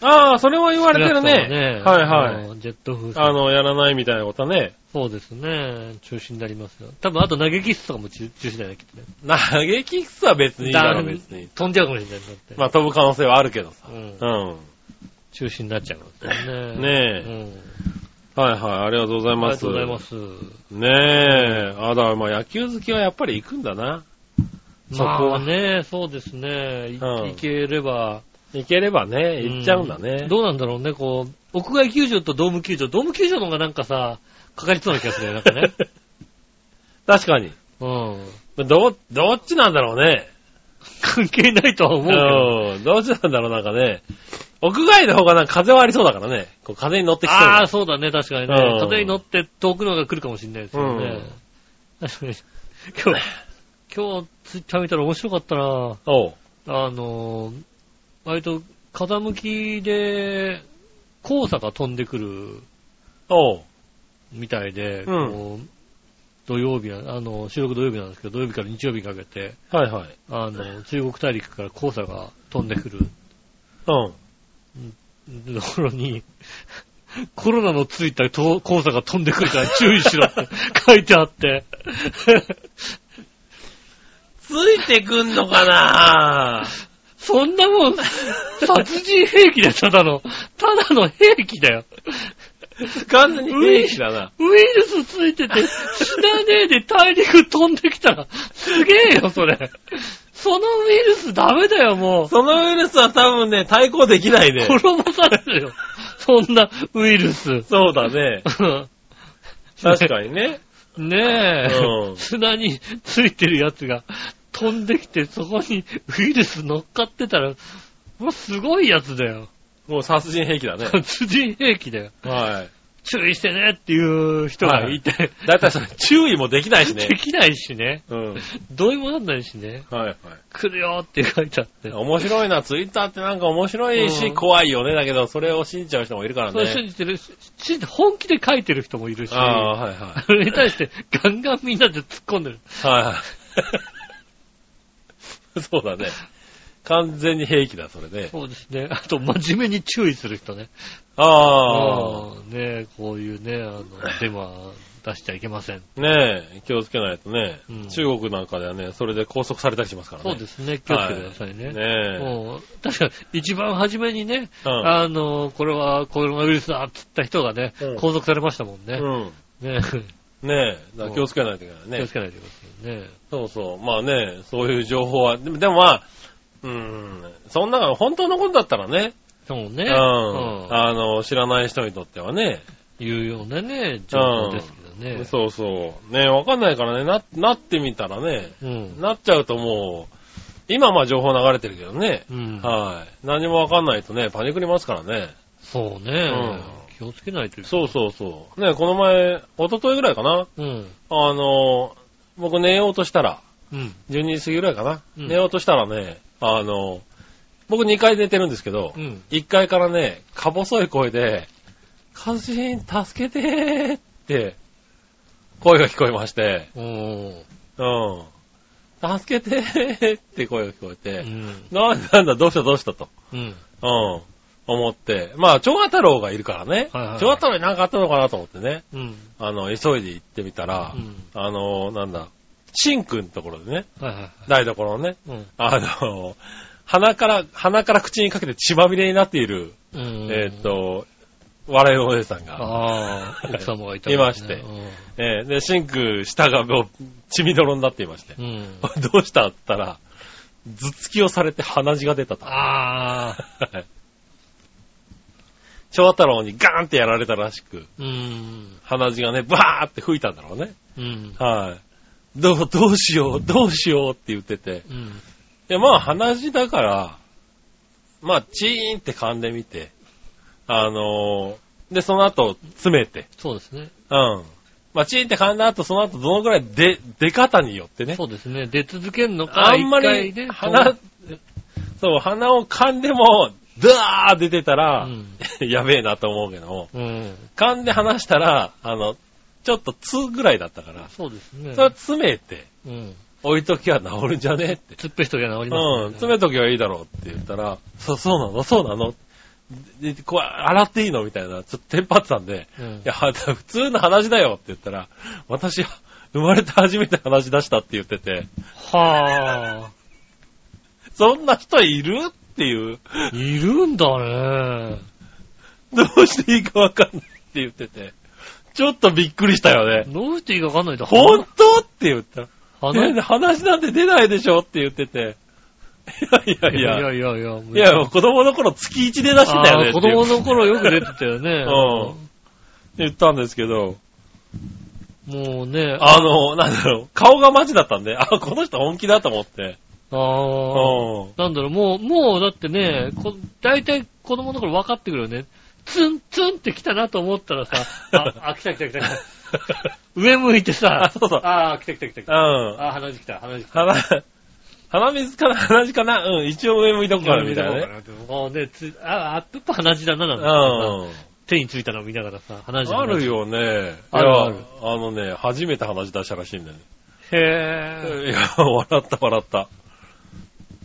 Speaker 2: ああ、それは言われてる
Speaker 1: 少なくとも
Speaker 2: ね。はいはい。
Speaker 1: うんジェット風
Speaker 2: あ
Speaker 1: 船。
Speaker 2: の、やらないみたいなことはね。
Speaker 1: そうですね。中止になりますよ。多分あと投げキッスとかも中中止だよね、きっとね。
Speaker 2: 嘆きくは別にいいだろ、
Speaker 1: だん
Speaker 2: 別に。
Speaker 1: 飛んじゃうかもしれないんだって。
Speaker 2: まあ、飛ぶ可能性はあるけどさ。
Speaker 1: うん
Speaker 2: う、ん。
Speaker 1: 中止になっちゃうからね。
Speaker 2: ねえ
Speaker 1: うん
Speaker 2: はいはい、ありがとうござい
Speaker 1: あり
Speaker 2: ま
Speaker 1: が
Speaker 2: す。
Speaker 1: とうございます。
Speaker 2: ねえ、あ、だからまあ野球好きはやっぱり行くんだな。そ
Speaker 1: ま
Speaker 2: こは
Speaker 1: あね、そうですね。い
Speaker 2: うん
Speaker 1: いければ。
Speaker 2: 行ければね、行っちゃうんだ
Speaker 1: う
Speaker 2: ね。
Speaker 1: どうなんだろうね、こう、屋外球場とドーム球場。ドーム球場の方がなんかさ、かかりそうな気がするよね、なんか ね。
Speaker 2: 確かに。
Speaker 1: うん。
Speaker 2: ど、どっちなんだろうね。
Speaker 1: 関係ないとは思うけど。
Speaker 2: うん、どっちなんだろう、なんかね。屋外の方がなんか風はありそうだからね。こう風に乗ってきそう
Speaker 1: あ
Speaker 2: な
Speaker 1: あ、。そうだね、確かにね。
Speaker 2: うん
Speaker 1: 風に乗って遠くのが来るかもしれないですよね。確かに。今日、今日ツイッター見たら面白かったな
Speaker 2: おう。
Speaker 1: あのー、割と風向きで、黄砂が飛んでくる
Speaker 2: おう。
Speaker 1: みたいで、
Speaker 2: うん
Speaker 1: こう土曜日は、あの、収録土曜日なんですけど、土曜日から日曜日にかけて、
Speaker 2: はいはい。
Speaker 1: あの、中国大陸から黄砂が飛んでくる
Speaker 2: うん。
Speaker 1: ところに、コロナのついたと黄砂が飛んでくるから注意しろって書いてあって。
Speaker 2: ついてくんのかな
Speaker 1: そんなもん、殺人兵器だよ、ただの。ただの兵器だよ。
Speaker 2: 完全に兵士だな。
Speaker 1: ウイルスついてて、死なねえで大陸飛んできたら、すげえよ、それ。そのウイルスダメだよ、もう。
Speaker 2: そのウイルスは多分ね、対抗できないね。
Speaker 1: 滅ぼされるよ。そんなウイルス。
Speaker 2: そうだね。 確かにね。
Speaker 1: ねえ、
Speaker 2: うん
Speaker 1: 砂についてるやつが飛んできて、そこにウイルス乗っかってたら、もうすごいやつだよ。
Speaker 2: もう殺人兵器だね。
Speaker 1: 殺人兵器だよ。
Speaker 2: はい。
Speaker 1: 注意してねっていう人がいて、
Speaker 2: だいたいそれ、注意もできないしね
Speaker 1: で。きないしね。
Speaker 2: うん。
Speaker 1: どうにもなんないしね。
Speaker 2: はいはい。
Speaker 1: 来るよって書いてあって。
Speaker 2: 面白いな、ツイッターってなんか面白いし、
Speaker 1: うん
Speaker 2: 怖いよね。だけど、それを信じちゃう人もいるから
Speaker 1: それ信
Speaker 2: ね。
Speaker 1: じてるし、信じて本気で書いてる人もいるし、
Speaker 2: ああ、はいは
Speaker 1: それに対してガンガンみんなで突っ込んでる。
Speaker 2: い。はいはい。 そうだね。完全に兵器だ、それね。
Speaker 1: そうですね。あと、真面目に注意する人ね。
Speaker 2: ああ、
Speaker 1: うんねえこういうね、あの、デマ出しちゃいけません。
Speaker 2: ねえ、気をつけないとね、
Speaker 1: うん
Speaker 2: 中国なんかではね、それで拘束されたりしますからね。
Speaker 1: そうですね。気をつけてくださいね。
Speaker 2: ねえ。
Speaker 1: もう確かに、一番初めにね、
Speaker 2: うん
Speaker 1: あの、これはコロナウイルスだって言った人がね、
Speaker 2: うん
Speaker 1: 拘束されましたもんね。
Speaker 2: うん。
Speaker 1: ね
Speaker 2: ねえ、だから気をつけないといけ
Speaker 1: 気
Speaker 2: ない
Speaker 1: を
Speaker 2: ね
Speaker 1: つ。けないでくださいね。
Speaker 2: そうそう。まあね、そういう情報は、でもでもまあ、うん、そんなの本当のことだったらね、
Speaker 1: そうね。
Speaker 2: う
Speaker 1: うん
Speaker 2: ん、あの、知らない人にとってはね、
Speaker 1: いうようなね、情報ですけどね。
Speaker 2: そうそう。ね、わかんないからね、な、なってみたらね、
Speaker 1: うん。
Speaker 2: なっちゃうともう、今まあ情報流れてるけどね、
Speaker 1: うん。
Speaker 2: はい。何もわかんないとね、パニクりますからね。
Speaker 1: そうね、気をつけないといけない。
Speaker 2: そうそうそう。ね、この前、一昨日ぐらいかな、
Speaker 1: うん。
Speaker 2: あの、僕寝ようとしたら、
Speaker 1: うん。
Speaker 2: 12時過ぎぐらいかな、
Speaker 1: うん
Speaker 2: 寝ようとしたらね、あの、僕2回寝てるんですけど、
Speaker 1: うん。
Speaker 2: 1階からね、か細い声で、カズシン助けてーって、声が聞こえまして、
Speaker 1: おー
Speaker 2: うん。助けてーって声が聞こえ
Speaker 1: う
Speaker 2: て、
Speaker 1: ん。
Speaker 2: なんだなんだ、どうしたどうしたと、
Speaker 1: うん。
Speaker 2: うん。思って、まあ、長太郎がいるからね、
Speaker 1: はいはい
Speaker 2: 長太郎になんかあったのかなと思ってね、
Speaker 1: うん。
Speaker 2: あの、急いで行ってみたら、
Speaker 1: うん
Speaker 2: あの、なんだ、シンくんのところでね、
Speaker 1: はいはいはい。
Speaker 2: 台所のね、
Speaker 1: うん。
Speaker 2: あの、鼻から、鼻から口にかけて血まみれになっている、
Speaker 1: うん
Speaker 2: えーっ、。と、笑いのお姉さんが、
Speaker 1: ああ、奥様がいた、
Speaker 2: いましてえーで、シンク、下がもう血みどろになっていまして
Speaker 1: う、ん。うん。
Speaker 2: どうしたって言ったら、頭突きをされて鼻血が出たと。
Speaker 1: ああ、
Speaker 2: はい翔太郎にガーンってやられたらしく、
Speaker 1: うん。
Speaker 2: 鼻血がね、バーって吹いたんだろうね。
Speaker 1: うん。
Speaker 2: はい。どう、どうしよう、どうしようって言ってて。
Speaker 1: うん。
Speaker 2: いや、まあ、鼻血だから、まあ、チーンって噛んでみて、あのーで、その後、詰めて、
Speaker 1: そうですね。
Speaker 2: うん。まあ、チーンって噛んだ後、その後、どのぐらい出、出方によってね。
Speaker 1: そうですね。出続けるのか、
Speaker 2: あんまり
Speaker 1: 一回ね、
Speaker 2: 鼻、そう、鼻を噛んでも、ダー出てたら、
Speaker 1: うん。
Speaker 2: やべえなと思うけども、
Speaker 1: うん。
Speaker 2: 噛んで離したら、あの、ちょっと2ぐらいだったから、
Speaker 1: そうですね。
Speaker 2: それ詰めて、
Speaker 1: うん。
Speaker 2: 置いときは治るんじゃねって。
Speaker 1: 突っぺしときは治ります
Speaker 2: うん、詰めときはいいだろうって言ったら、そう、そうなのそうなのででこう、洗っていいのみたいな、ちょっとテンパってたんで、
Speaker 1: うん
Speaker 2: いや、は普通の話だよって言ったら、私、生まれて初めて話し出したって言ってて、
Speaker 1: は
Speaker 2: そんな人いるっていう、
Speaker 1: あ、いるんだね。
Speaker 2: どうしていいかわかんないって言ってて、ちょっとびっくりしたよね。
Speaker 1: どうしていいかわかんないと。
Speaker 2: 本当って言ったら、
Speaker 1: 鼻
Speaker 2: ね話なんて出ないでしょって言ってて、いやい
Speaker 1: い
Speaker 2: や
Speaker 1: や
Speaker 2: い
Speaker 1: いや
Speaker 2: や、
Speaker 1: いやいや。
Speaker 2: いや、子供の頃月1で出してたよね
Speaker 1: あー
Speaker 2: って
Speaker 1: 子
Speaker 2: い
Speaker 1: 供
Speaker 2: う。
Speaker 1: の頃よく出てたよね。
Speaker 2: 言ったんですけど、
Speaker 1: もうね、
Speaker 2: あの、なんだろう、顔がマジだったんで、あ、この人本気だと思って。
Speaker 1: ああ、
Speaker 2: う
Speaker 1: なんだろう、もう、もうだってね、こ大体子供の頃分かってくるよね。ツン、ツンって来たなと思 ったらさ、あ、あ来た来た来た来た。上向いてさ、
Speaker 2: あそうそう
Speaker 1: あー来た来た来た来た。
Speaker 2: ん。 うん。
Speaker 1: あー、鼻血来た、鼻血来た。
Speaker 2: 鼻、鼻水かな鼻血かなうん、一応上向いとこからみたいなね。
Speaker 1: もうね、つあ、あっぱ鼻血だな、なん
Speaker 2: う
Speaker 1: てさ
Speaker 2: ん。
Speaker 1: 手についたのを見ながらさ、鼻血
Speaker 2: ある。よね。
Speaker 1: あるある
Speaker 2: いやあのね、初めて話出したらしいんだよね。
Speaker 1: へ
Speaker 2: いや、笑った笑った。だか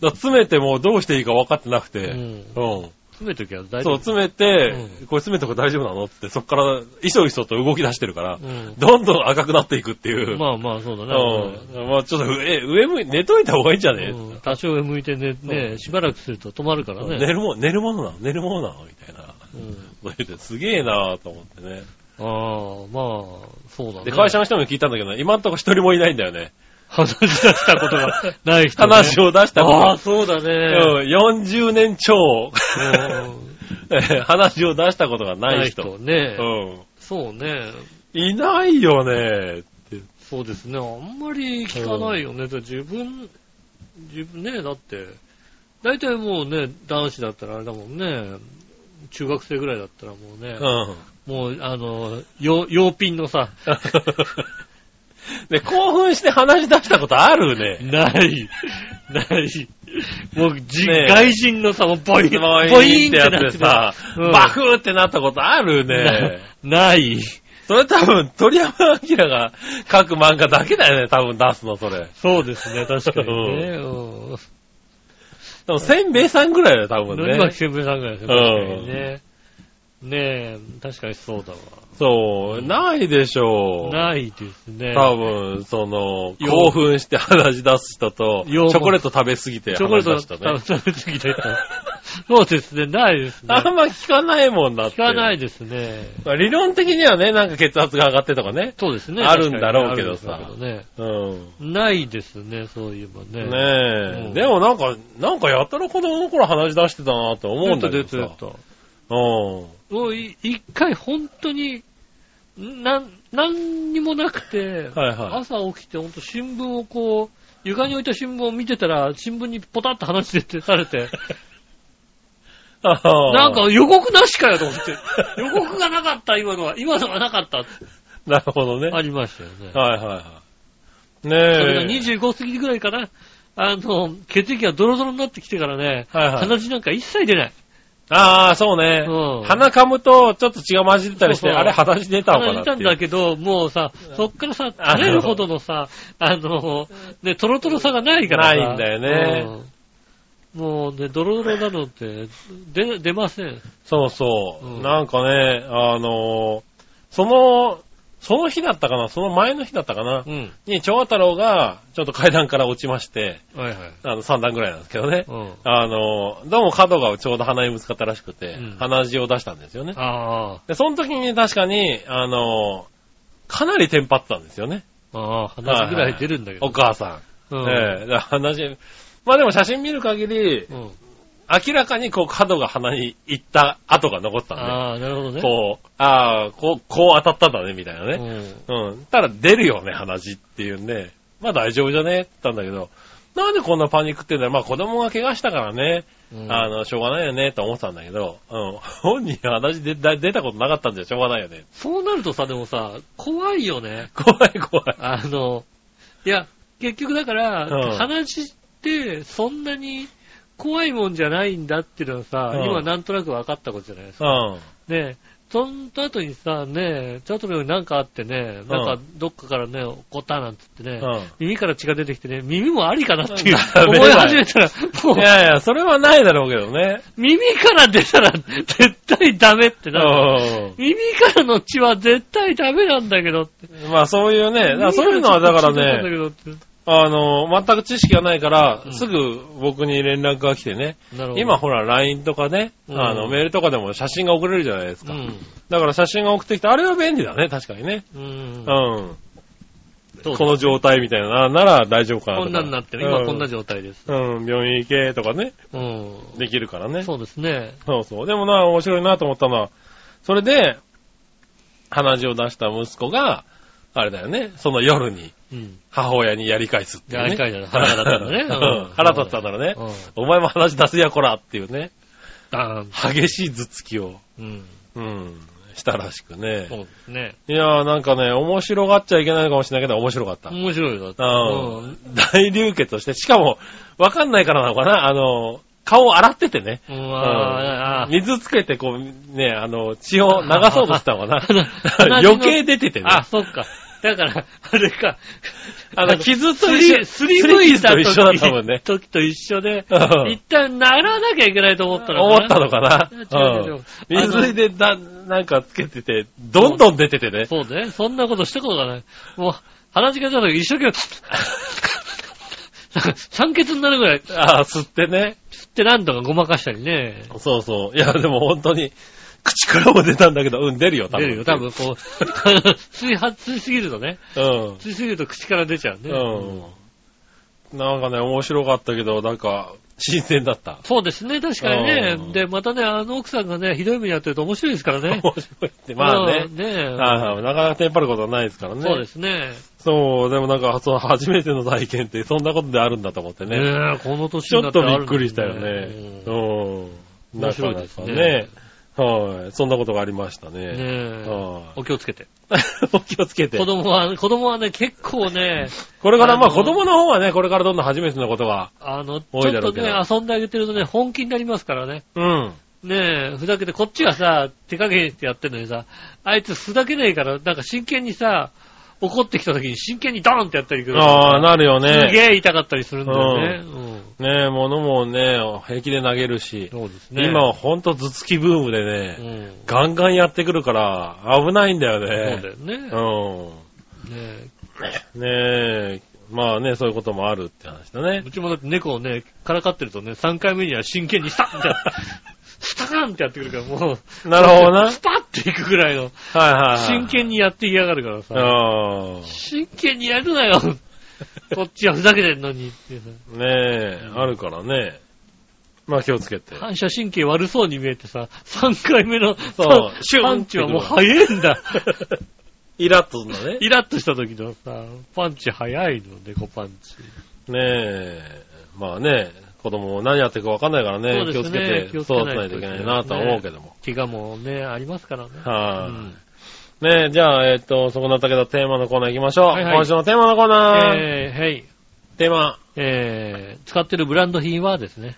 Speaker 2: ら詰めてもうどうしていいか分かってなく
Speaker 1: ぇー。うん。
Speaker 2: て。うん。
Speaker 1: 詰めときは大丈
Speaker 2: そう、
Speaker 1: 夫。
Speaker 2: 詰めて、
Speaker 1: うん
Speaker 2: これ詰めとこ大丈夫なのって、そっから、いそいそと動き出してるから、
Speaker 1: うん。
Speaker 2: どんどん赤くなっていくっていう。
Speaker 1: まあまあ、そうだね。
Speaker 2: うん。まあちょっと上、上向い、寝といた方がいいんじゃね
Speaker 1: うん多少上向いてね、ね、しばらくすると止まるから
Speaker 2: 寝
Speaker 1: ね。
Speaker 2: るもん、寝るものなの寝るものなのみたいな。
Speaker 1: うん
Speaker 2: そう言って、すげえなぁと思ってね。
Speaker 1: ああ、まあ、そうだね。
Speaker 2: で、会社の人にも聞いたんだけど、今んとこ一人もいないんだよね。
Speaker 1: 話し出したことがない人、ね。
Speaker 2: 話
Speaker 1: を
Speaker 2: を出したこと
Speaker 1: ああ、
Speaker 2: が。
Speaker 1: そうだね。
Speaker 2: うん、40年超、
Speaker 1: うん
Speaker 2: 話を出したことがない人。
Speaker 1: ね
Speaker 2: う。ん。
Speaker 1: そうね。
Speaker 2: いないよねって。
Speaker 1: そうですね。あんまり聞かないよね。だ自分、自分ね、だって、大体もうね、男子だったらあれだもんね、中学生ぐらいだったらもうね、
Speaker 2: うん。
Speaker 1: もう、あの、よ洋品のさ、
Speaker 2: で、興奮して話し出したことあるね。
Speaker 1: ない、ない、もう、じ
Speaker 2: ねえ
Speaker 1: 外人のさ、もうボイン、
Speaker 2: もう
Speaker 1: ボ
Speaker 2: い
Speaker 1: イ
Speaker 2: いっ
Speaker 1: ン
Speaker 2: てやってさ、
Speaker 1: うん
Speaker 2: バフーってなったことあるね。
Speaker 1: なない。
Speaker 2: それ多分、鳥山明が書く漫画だけだよね、多分出すの、それ。
Speaker 1: そうです ね、確かにね。うん。
Speaker 2: でも、せんべいさんぐらいだよ、多分
Speaker 1: のりま
Speaker 2: ね
Speaker 1: き。せんべいさんぐらいですね、確かにね。ねえ、確かにそうだわ。
Speaker 2: そう、ないでしょう。
Speaker 1: ないですね。
Speaker 2: 多分、その、
Speaker 1: よ
Speaker 2: 興奮して話し出す人と、チ
Speaker 1: よ
Speaker 2: ョコレート食べ過ぎて
Speaker 1: チョコレ
Speaker 2: 話
Speaker 1: ー
Speaker 2: し出
Speaker 1: ト
Speaker 2: した
Speaker 1: 食べ。
Speaker 2: ね
Speaker 1: 食べ過ぎて た。そうですね、ないですね。
Speaker 2: あんま聞かないもんだって。
Speaker 1: 聞かないですね。
Speaker 2: まあ理論的にはね、なんか血圧が上がってとかね。
Speaker 1: そうですね。
Speaker 2: あるんだろうけどさ
Speaker 1: 確かにねあるんだろ
Speaker 2: うん。
Speaker 1: うけどねないですね、そういえばね。
Speaker 2: ねえ、
Speaker 1: うん
Speaker 2: でもなんか、なんかやたら子供の頃話し出してたなと思うんだけ
Speaker 1: 出
Speaker 2: ど
Speaker 1: てた出
Speaker 2: さ
Speaker 1: て。た。
Speaker 2: うん。
Speaker 1: もうい一回本当に、なん、なんにもなくて、
Speaker 2: はいはい。
Speaker 1: 朝起きて本当新聞をこう、床に置いた新聞を見てたら、新聞にポタッと話しててされ て、な
Speaker 2: なん
Speaker 1: か、予告なしかよと思 って、予告がなかった今のは、今のはなかったって
Speaker 2: なるほどね。は
Speaker 1: あ
Speaker 2: い
Speaker 1: りましたよね。
Speaker 2: はいはい。ねえ。
Speaker 1: それが25過ぎぐらいかな、あの、血液がドロドロになってきてからね、
Speaker 2: はいはい。
Speaker 1: 鼻血なんか一切出ない。
Speaker 2: ああ、そうね。
Speaker 1: うん
Speaker 2: 鼻噛むと、ちょっと血が混じってたりして、
Speaker 1: そうそう
Speaker 2: あれ、鼻血出たの
Speaker 1: 鼻
Speaker 2: か
Speaker 1: 血
Speaker 2: な
Speaker 1: 出
Speaker 2: ってい
Speaker 1: た
Speaker 2: うん
Speaker 1: だけど、もうさ、そっからさ、
Speaker 2: あ
Speaker 1: 垂れるほどのさ、あの、ね、トロトロさがないからさ。
Speaker 2: ないんだよ
Speaker 1: ね。もうね、ドロドロなのって、出、出ません。
Speaker 2: そうそう、
Speaker 1: うん
Speaker 2: なんかね、あのーその、その日だったかな、その前の日だったかな、
Speaker 1: うん。
Speaker 2: に、長太郎が、ちょっと階段から落ちまして、
Speaker 1: はいはい。
Speaker 2: あの、3段ぐらいなんですけどね。
Speaker 1: うん。
Speaker 2: あのーどうも角がちょうど鼻にぶつかったらしくて、
Speaker 1: うん
Speaker 2: 鼻血を出したんですよね。
Speaker 1: あ
Speaker 2: で、その時に確かに、あのーかなりテンパってたんですよね。
Speaker 1: あ、ああ、鼻血ぐらい出るんだけど。
Speaker 2: お母さん。
Speaker 1: うん
Speaker 2: ええで鼻血。まあでも写真見る限り、
Speaker 1: うん。
Speaker 2: 明らかにこう角が鼻に行った跡が残ってたんで、
Speaker 1: ああ、なるほどね。
Speaker 2: こう、ああ、こう、こう当たったんだね、みたいなね。
Speaker 1: う
Speaker 2: うん。ただ出るよね、鼻血っていうんで、まあ大丈夫じゃねって言ったんだけど、なんでこんなパニックってんだよ。まあ子供が怪我したからね、
Speaker 1: ん。うん
Speaker 2: あの、しょうがないよね、と思ってたんだけど、うん。 本人は鼻血出た出たことなかったんじゃしょうがないよね。
Speaker 1: そうなるとさ、でもさ、怖いよね。
Speaker 2: 怖い怖い。
Speaker 1: あの、いや、結局だから、
Speaker 2: うん
Speaker 1: 話ってそんなに怖いもんじゃないんだっていうのはさ、
Speaker 2: うん
Speaker 1: 今なんとなく分かったことじゃないです
Speaker 2: う
Speaker 1: か。
Speaker 2: ん。
Speaker 1: ねえ、その後にさ、ねえ、ちょっとよになんかあってね、なんかどっかからね、怒ったなんつってね、
Speaker 2: うん
Speaker 1: 耳から血が出てきてね、耳もありかなっていう、
Speaker 2: う ん
Speaker 1: 思い始めたら、もう
Speaker 2: い、やいや、それはないだろうけどね。
Speaker 1: 耳から出たら絶対ダメってなる。
Speaker 2: う
Speaker 1: 耳からの血は絶対ダメなんだけどって。
Speaker 2: ん。まあそういうね、だからそういうのはだからね、
Speaker 1: 耳からの血は絶対ダメなんだけどって
Speaker 2: あの、全く知識がないから、
Speaker 1: うん
Speaker 2: すぐ僕に連絡が来てね、
Speaker 1: なるほど
Speaker 2: 今ほら LINE とかね、
Speaker 1: うん
Speaker 2: あのメールとかでも写真が送れるじゃないですか。
Speaker 1: うん
Speaker 2: だから写真が送ってきて、あれは便利だね、確かにね。
Speaker 1: うん
Speaker 2: う。ん。
Speaker 1: そう
Speaker 2: この状態みたいななら大丈夫かなと
Speaker 1: こ
Speaker 2: か
Speaker 1: んなになってる。今こんな
Speaker 2: 状
Speaker 1: 状態です。
Speaker 2: 態。うん、病院行けとかね、
Speaker 1: うん。
Speaker 2: できるからね。
Speaker 1: そうですね。
Speaker 2: そうそう。でもな、面白いなと思ったのは、それで、鼻血を出した息子が、あれだよね、その夜に
Speaker 1: うん。
Speaker 2: 母親にやり返すっていう、ね。
Speaker 1: やり返したら腹が立ったんだねうん
Speaker 2: うん腹立ったんだろうね。
Speaker 1: うん。
Speaker 2: お前も話出せやこらっていうね、
Speaker 1: あー
Speaker 2: 激しい頭突きを、
Speaker 1: うん。
Speaker 2: うん、したらしくね
Speaker 1: そう。ですね。
Speaker 2: いやーなんかね、面白がっちゃいけないのかもしれないけど、面白かった。
Speaker 1: 面白いよ。
Speaker 2: う
Speaker 1: うん。
Speaker 2: ん。大流血として、しかも、わかんないからなのかな、あの、顔を洗っててね。
Speaker 1: うんあーあー
Speaker 2: 水つけて、こう、ね、あの、血を流そうとしたのか な。
Speaker 1: 鼻血の
Speaker 2: 余計出ててね。
Speaker 1: あ、そっか。だから、 あれか。
Speaker 2: あの、傷つ
Speaker 1: す
Speaker 2: い
Speaker 1: り、すりむいた
Speaker 2: と
Speaker 1: 時
Speaker 2: 一緒だったもんね。
Speaker 1: 時と一緒で、
Speaker 2: うん
Speaker 1: 一旦ならなきゃいけないと思ったの
Speaker 2: 思ったのかな。
Speaker 1: 違う違う違う
Speaker 2: うん水でだ、なんかつけてて、どんどん出ててね。
Speaker 1: そうね。そんなことしたことがない。もう、鼻血が出た時一生懸命、 なんか酸欠になるぐらい、
Speaker 2: ああ、吸ってね。
Speaker 1: 吸って何度かごまかしたりね。
Speaker 2: そうそう。いや、でも本当に、口からも出たんだけど、うん、出るよ、多分。
Speaker 1: 出るよ、多分。こう、 吸いは、吸いすぎるとね。
Speaker 2: うん。
Speaker 1: 吸いすぎると口から出ちゃうね。
Speaker 2: うん。なんかね、面白かったけど、なんか、新鮮だった。
Speaker 1: そうですね、確かに
Speaker 2: うん
Speaker 1: ね。で、またね、あの奥さんがね、ひどい目に遭ってると面白いですから
Speaker 2: 面
Speaker 1: ね。
Speaker 2: 白いって、 まあね
Speaker 1: うん。ねえ
Speaker 2: はいはいなかなかテンパることはないですからね。
Speaker 1: そうですね。
Speaker 2: そう、でもなんか、その初めての体験って、そんなことであるんだと思ってね。
Speaker 1: ねえこの年
Speaker 2: ち
Speaker 1: に
Speaker 2: ょ
Speaker 1: なっ
Speaker 2: ってと
Speaker 1: あ
Speaker 2: び
Speaker 1: る
Speaker 2: っ
Speaker 1: んだ
Speaker 2: くりしたよね。
Speaker 1: う
Speaker 2: うんん。
Speaker 1: 面白いですね
Speaker 2: なかなかね。はい。そんなことがありました
Speaker 1: ね
Speaker 2: ね。
Speaker 1: え。
Speaker 2: は
Speaker 1: お気をつけて。
Speaker 2: い。 お気をつけて。
Speaker 1: 子供は、子供はね、結構ね、
Speaker 2: これから、まあ
Speaker 1: あの
Speaker 2: 子供の方はね、これからどんどん初めてのことが。
Speaker 1: あの、ち
Speaker 2: 多い
Speaker 1: ょ
Speaker 2: だ
Speaker 1: っ
Speaker 2: ろ
Speaker 1: と
Speaker 2: うけど
Speaker 1: ね、遊んであげてるとね、本気になりますからね。
Speaker 2: うん。
Speaker 1: ねえ、ふざけて、こっちがさ、手加減してやってるのにさ、あいつふざけねえから、なんか真剣にさ、怒ってきた時に真剣にドーンってやったりする
Speaker 2: ああ、なるよ
Speaker 1: す
Speaker 2: ね。
Speaker 1: げえ痛かったりするんだよね。うん。
Speaker 2: ねえ、物もね、平気で投げるし。
Speaker 1: そうですね。
Speaker 2: 今はほんと頭突きブームで
Speaker 1: う
Speaker 2: ね、
Speaker 1: ん。
Speaker 2: ガンガンやってくるから、危ないんだよ
Speaker 1: そうだ
Speaker 2: ね。
Speaker 1: よね。ねえ
Speaker 2: うん。ねえ、まあね、そういうこともあるって話だね
Speaker 1: う。ちもだって猫をね、からかってるとね、3回目には真剣にスタッって やっスタカンってやってくるから、もう、
Speaker 2: なるほどな。はい
Speaker 1: スパッていくぐらいの、
Speaker 2: はいはい。
Speaker 1: 真剣にやっていきやがるからさ、
Speaker 2: あ
Speaker 1: 真剣にやるなよ。こっちはふざけてんのにってさ
Speaker 2: あ、ねえ、あるからね。まあ気をつけて。
Speaker 1: 反射神経悪そうに見えてさ、3回目の、
Speaker 2: そう
Speaker 1: シュンパンチはもう早いん だ。
Speaker 2: イラッとするんだね。
Speaker 1: イラッとした時のさ、パンチ早いの、猫パンチ。
Speaker 2: ねえ、まあね、子供も何やってるか分かんないからね、気
Speaker 1: そ
Speaker 2: を
Speaker 1: う
Speaker 2: つ
Speaker 1: です
Speaker 2: けて
Speaker 1: ね
Speaker 2: 育てないといけないなとは思うけども。
Speaker 1: 怪我もね、ありますからね。
Speaker 2: はい、
Speaker 1: うん
Speaker 2: ねえ、じゃあ、えっ、と、そこなったけどテーマのコーナー行きましょう。
Speaker 1: はいはい
Speaker 2: 今週のテーマのコーナー、
Speaker 1: えー、はい。
Speaker 2: テーマ。
Speaker 1: えー、使ってるブランド品はですね。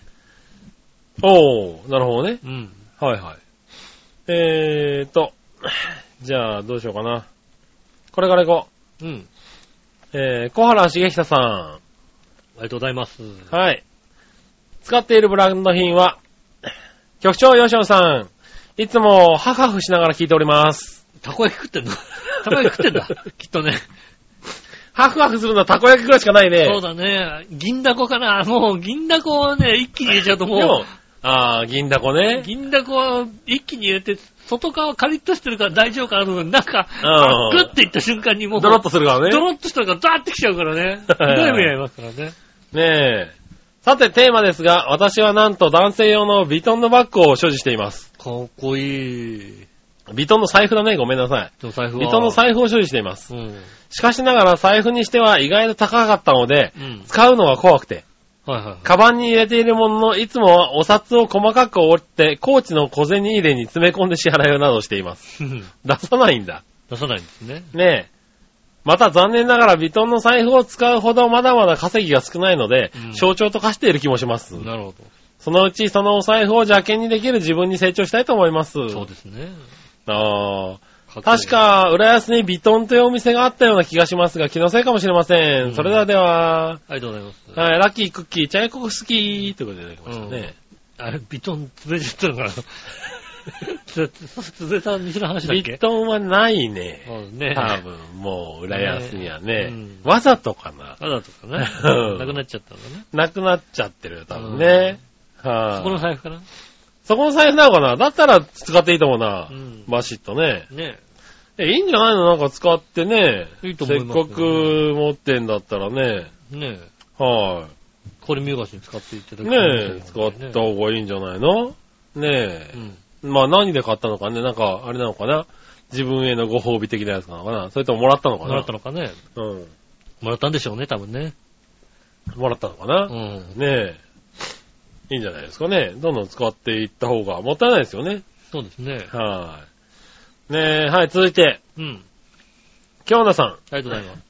Speaker 2: おー、なるほどね。
Speaker 1: うん。
Speaker 2: はいはい。えーと、じゃあ、どうしようかな。これから行こ
Speaker 1: うん。
Speaker 2: う。えー、小原茂久さ
Speaker 1: ありがとうございます。
Speaker 2: ん。はい。使っているブランド品は、局長吉野さん。いつも、ハフハフしながら聞いております。
Speaker 1: たこ焼き食って んのたこ焼き食ってんだ。きっとね。
Speaker 2: ハフハフするのはたこ焼きぐらいしかないね。
Speaker 1: そうだね。銀だこかな。もう、銀だこはね、一気に入れちゃうと
Speaker 2: でも
Speaker 1: も、
Speaker 2: あー、銀だこ
Speaker 1: う、
Speaker 2: ね。
Speaker 1: 銀だこは一気に入れて、外側はカリッとしてるから大丈夫かなと思う中、
Speaker 2: うん
Speaker 1: グッていった瞬間にもう、
Speaker 2: ドロッとするから
Speaker 1: ド
Speaker 2: ね。
Speaker 1: ロッとしたのがダーってきちゃうからね。ひど
Speaker 2: はいはい
Speaker 1: い目に遭いますからね。
Speaker 2: ねえ。さて、テーマですが、私はなんと男性用のビトンのバッグを所持しています。
Speaker 1: かっこいい。
Speaker 2: ビトンの財布だね、ごめんなさい。
Speaker 1: でも財布は。
Speaker 2: ビトンの財布を所持しています。
Speaker 1: うん。
Speaker 2: しかしながら財布にしては意外と高かったので
Speaker 1: う、ん。
Speaker 2: 使うのが怖くて、
Speaker 1: はいはい。
Speaker 2: カバンに入れているものの、いつもはお札を細かく折って、コーチの小銭入れに詰め込んで支払いをなどしています。出さないんだ。
Speaker 1: 出さないんですね。
Speaker 2: ねえ。また残念ながらビトンの財布を使うほどまだまだ稼ぎが少ないので、
Speaker 1: うん
Speaker 2: 象徴と化している気もします。
Speaker 1: なるほ
Speaker 2: そのうちそのお財布を邪険にできる自分に成長したいと思います。
Speaker 1: ど。そうですね。
Speaker 2: あ
Speaker 1: かっ
Speaker 2: ー
Speaker 1: こいい
Speaker 2: 確。か、浦安にビトンというお店があったような気がしますが、気のせいかもしれません。
Speaker 1: うん
Speaker 2: それではでは、
Speaker 1: ありがとうございます。
Speaker 2: はい、ラッキークッキー、チャイコフスキーということでいただきましたね。
Speaker 1: あれ、ビトン潰れちゃったのかなつ潰れた店の話だっ
Speaker 2: ビ
Speaker 1: け
Speaker 2: トンはないね。
Speaker 1: そうね。
Speaker 2: 多分、もう、浦安には
Speaker 1: ね
Speaker 2: ね、
Speaker 1: うん
Speaker 2: わざとかな。
Speaker 1: あだとかね
Speaker 2: うん。
Speaker 1: なくなっちゃったんだね。
Speaker 2: なくなっちゃってるよ、多分ね。はい、
Speaker 1: そこの財布かな
Speaker 2: そこの財布なのかなだったら使っていいと思うな。
Speaker 1: うん。
Speaker 2: バシッとね。
Speaker 1: ね
Speaker 2: え、いいんじゃないのなんか使ってね。
Speaker 1: いいと思います
Speaker 2: せ
Speaker 1: よ
Speaker 2: っかく持ってんだったらね。
Speaker 1: え。ねえ。
Speaker 2: は
Speaker 1: これ見よがしに使っていただ
Speaker 2: い。
Speaker 1: く
Speaker 2: ねえ、使った
Speaker 1: う
Speaker 2: 方がいいんじゃないのねえ。
Speaker 1: ん。
Speaker 2: まあ何で買ったのかね。なんか、あれなのかな自分へのご褒美的なやつなのかなそれとももらったのかな
Speaker 1: もらったのかね
Speaker 2: のうん。
Speaker 1: もらったんでしょうね、多分ね。
Speaker 2: もらったのかな、
Speaker 1: うん。
Speaker 2: ねえ。いいんじゃないですかね。どんどん使っていった方がもったいないですよね。
Speaker 1: そうですね。
Speaker 2: はい。ねえ、はい、続いて、
Speaker 1: うん。
Speaker 2: 京奈さん。
Speaker 1: ありがとうございます。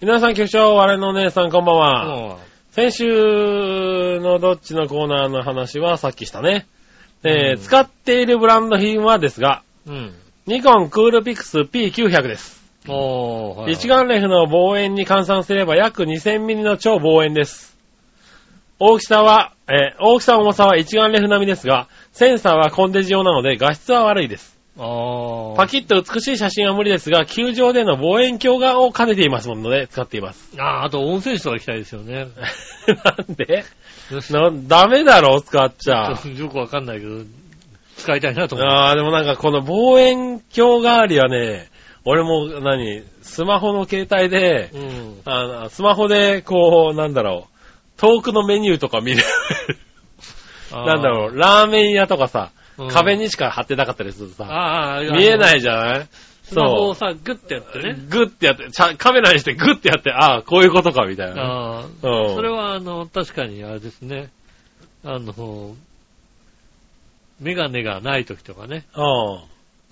Speaker 2: 皆さん、局長、我のお姉さん、こんばんは。
Speaker 1: あ
Speaker 2: 先週のどっちのコーナーの話はさっきしたね。えー
Speaker 1: うん
Speaker 2: 使っているブランド品はですが、
Speaker 1: うん。
Speaker 2: ニコンクールピクス P900 です。
Speaker 1: おー、はい。
Speaker 2: 一眼レフの望遠に換算すれば約2000ミリの超望遠です。大きさは、えー大きさ重さは一眼レフ並みですが、センサーはコンデジ用なので画質は悪いです。
Speaker 1: あー。
Speaker 2: パキッと美しい写真は無理ですが、球場での望遠鏡がを兼ねていますもので使っています。
Speaker 1: あー、あと温泉地とか行きたいですよね。
Speaker 2: なんでな、ダメだろ、使っ ちゃ。
Speaker 1: よくわかんないけど、使いたいなと思って。
Speaker 2: ああ、でもなんかこの望遠鏡代わりはね、俺も何、スマホの携帯で、
Speaker 1: うん。
Speaker 2: あのスマホでこう、なんだろう、遠くのメニューとか見れる。なんだろう、ラーメン屋とかさ、
Speaker 1: うん
Speaker 2: 壁にしか貼ってなかったりするとさ、
Speaker 1: あーあー、
Speaker 2: 見え
Speaker 1: い。
Speaker 2: ないじゃない
Speaker 1: スマホを
Speaker 2: そ
Speaker 1: さ、グッてやって
Speaker 2: う。
Speaker 1: ね。
Speaker 2: グッてやって、ちゃカメラにしてグッてやって、ああ、こういうことか、みたいな。
Speaker 1: ああ、
Speaker 2: うん
Speaker 1: それは、あの、確かにあれですね。あの、メガネがない時とかね、
Speaker 2: うん。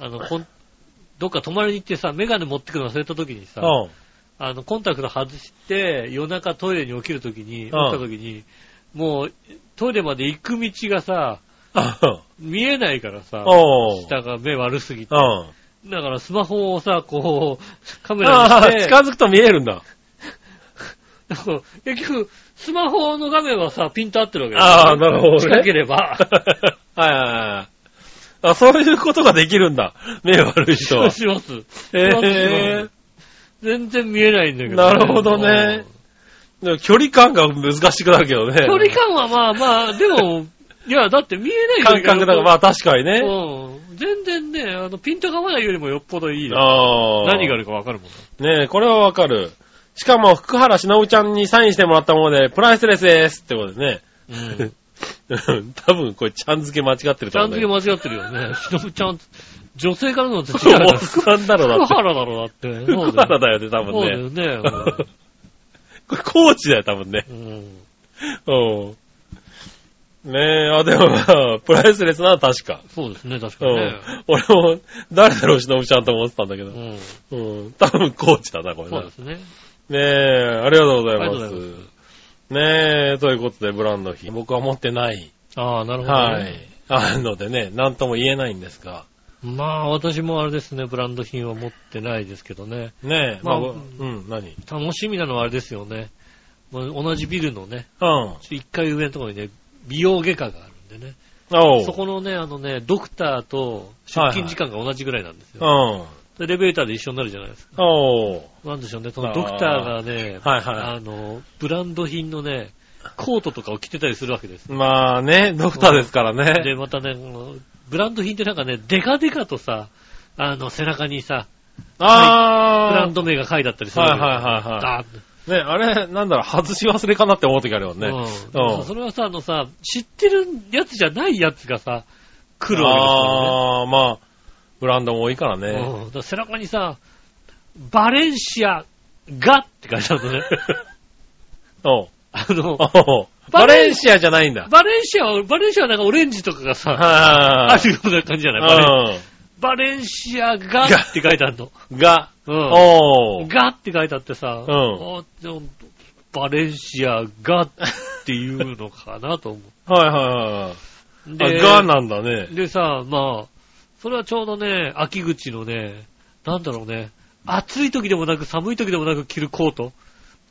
Speaker 1: あの、こんどっか泊まりに行ってさ、メガネ持ってくの忘れた時にさ、
Speaker 2: うん。
Speaker 1: あの、コンタクト外して、夜中トイレに起きるときに、起き
Speaker 2: うん
Speaker 1: たときに、もう、トイレまで行く道がさ、見えないからさ、
Speaker 2: おうん。
Speaker 1: 下が目悪すぎて。
Speaker 2: うん。
Speaker 1: だからスマホをさ、こう、カメ
Speaker 2: あ
Speaker 1: ラ
Speaker 2: あ
Speaker 1: に
Speaker 2: ー、
Speaker 1: し
Speaker 2: 近づくと見えるんだ。
Speaker 1: て、 結局、スマホの画面はさ、ピント合ってるわけ
Speaker 2: ああ、なるほど
Speaker 1: 近
Speaker 2: ね。
Speaker 1: けれ ば。
Speaker 2: はいはいはい。あ、そういうことができるんだ。目悪い人
Speaker 1: そう
Speaker 2: は。
Speaker 1: します。
Speaker 2: え
Speaker 1: 全然見えないんだけど、
Speaker 2: なるほどねえでも距離感が難しくなるけどね。
Speaker 1: うん。距離感はまあまあ、でも、いや、だって見えない
Speaker 2: 感覚だから、まあ確かにね。
Speaker 1: うん。全然ね、あの、ピントが合わないよりもよっぽどいいよ。
Speaker 2: ああ。
Speaker 1: 何があるかわかるもんね。
Speaker 2: ねえ、これはわかる。しかも、福原忍ちゃんにサインしてもらったもので、プライスレスですってことでね。
Speaker 1: うん。
Speaker 2: うん多分、これ、ちゃん付け間違って
Speaker 1: ち
Speaker 2: ると
Speaker 1: ゃ
Speaker 2: 思
Speaker 1: ん
Speaker 2: う
Speaker 1: と
Speaker 2: だ
Speaker 1: け
Speaker 2: け
Speaker 1: 間
Speaker 2: ど。
Speaker 1: 違ってるよね。 しのぶちゃん、女性からのって違う
Speaker 2: お
Speaker 1: か
Speaker 2: っ
Speaker 1: ら。
Speaker 2: さんだろ、だ
Speaker 1: 福
Speaker 2: って。
Speaker 1: 原だろ、だって。
Speaker 2: 福原だよね、多
Speaker 1: そうだ
Speaker 2: 分ね。
Speaker 1: よね。
Speaker 2: これ、コーチだよ、多分ね。
Speaker 1: うんうん。
Speaker 2: うん。ねえ、あ、でもまあ、プライスレスなのは確か。
Speaker 1: そうですね、確か
Speaker 2: う
Speaker 1: にね
Speaker 2: ん。。俺も、誰だろう、しのぶちゃんと思ってたんだけ
Speaker 1: う
Speaker 2: ど。
Speaker 1: ん。
Speaker 2: うん。多分、コーチだな、これ
Speaker 1: そうで
Speaker 2: ね。
Speaker 1: すね。
Speaker 2: ねえ、ありがとうござい
Speaker 1: あり
Speaker 2: ま
Speaker 1: が
Speaker 2: す
Speaker 1: とうございま。
Speaker 2: ねえ、ということで、ブランド品。僕は持ってない。
Speaker 1: ああ、なるほど。
Speaker 2: はい。。あるのでね、なんとも言えないんですが。
Speaker 1: まあ、私もあれですね、ブランド品は持ってないですけどね。
Speaker 2: ねえ、まあ、
Speaker 1: まあ
Speaker 2: うん、何
Speaker 1: 楽しみなのはあれですよね。まあ同じビルのね、
Speaker 2: うん。
Speaker 1: 一階上のところにね、美容外科があるんでね。
Speaker 2: おう
Speaker 1: そこのね、あのね、ドクターと出勤時間が同じぐらいなんですよ。
Speaker 2: う
Speaker 1: でエ
Speaker 2: ん。
Speaker 1: レベーターで一緒になるじゃないですか。
Speaker 2: おう
Speaker 1: なんでしょうね、そのドクターがね、
Speaker 2: はいは
Speaker 1: あの、ブランド品のね、コートとかを着てたりするわけです。
Speaker 2: い。まあね、ドクターですからね。
Speaker 1: で、またね、このブランド品ってなんかね、デカデカとさ、あの、背中にさ、ブラ
Speaker 2: あ
Speaker 1: ンド名が書いてあったりするわけですよ
Speaker 2: はいはいはいはい
Speaker 1: ダーッと
Speaker 2: あ、ね、あれ、なんだろう、外し忘れかなって思う時あるよね。
Speaker 1: うん
Speaker 2: うん
Speaker 1: それはさ、あのさ、知ってるやつじゃないやつがさ、来るわ
Speaker 2: ああ、まあ、ブランドも多いから
Speaker 1: けですよね。
Speaker 2: ね。
Speaker 1: うんだから背中にさ、バレンシアがって書いてあるの ね。
Speaker 2: おう
Speaker 1: あの、
Speaker 2: お うバ
Speaker 1: バレ
Speaker 2: レ
Speaker 1: ン
Speaker 2: ンシアじゃないんだ。
Speaker 1: バレンシアは、バレンシアはなんかオレンジとかがさ、あ
Speaker 2: は
Speaker 1: るような感じじゃないいバレン
Speaker 2: はい。
Speaker 1: バレンシアが
Speaker 2: が
Speaker 1: って書いてあるの。
Speaker 2: うん。が、
Speaker 1: う
Speaker 2: お
Speaker 1: ん。
Speaker 2: う
Speaker 1: がって書いてあってさ、
Speaker 2: うん
Speaker 1: あでもバレンシアがっていうのかなと思
Speaker 2: はいは
Speaker 1: う。
Speaker 2: いはい。
Speaker 1: で、
Speaker 2: あ、がなんだね。
Speaker 1: でさ、まあ、それはちょうどね、秋口のね、なんだろうね、暑い時でもなく寒い時でもなく着るコート。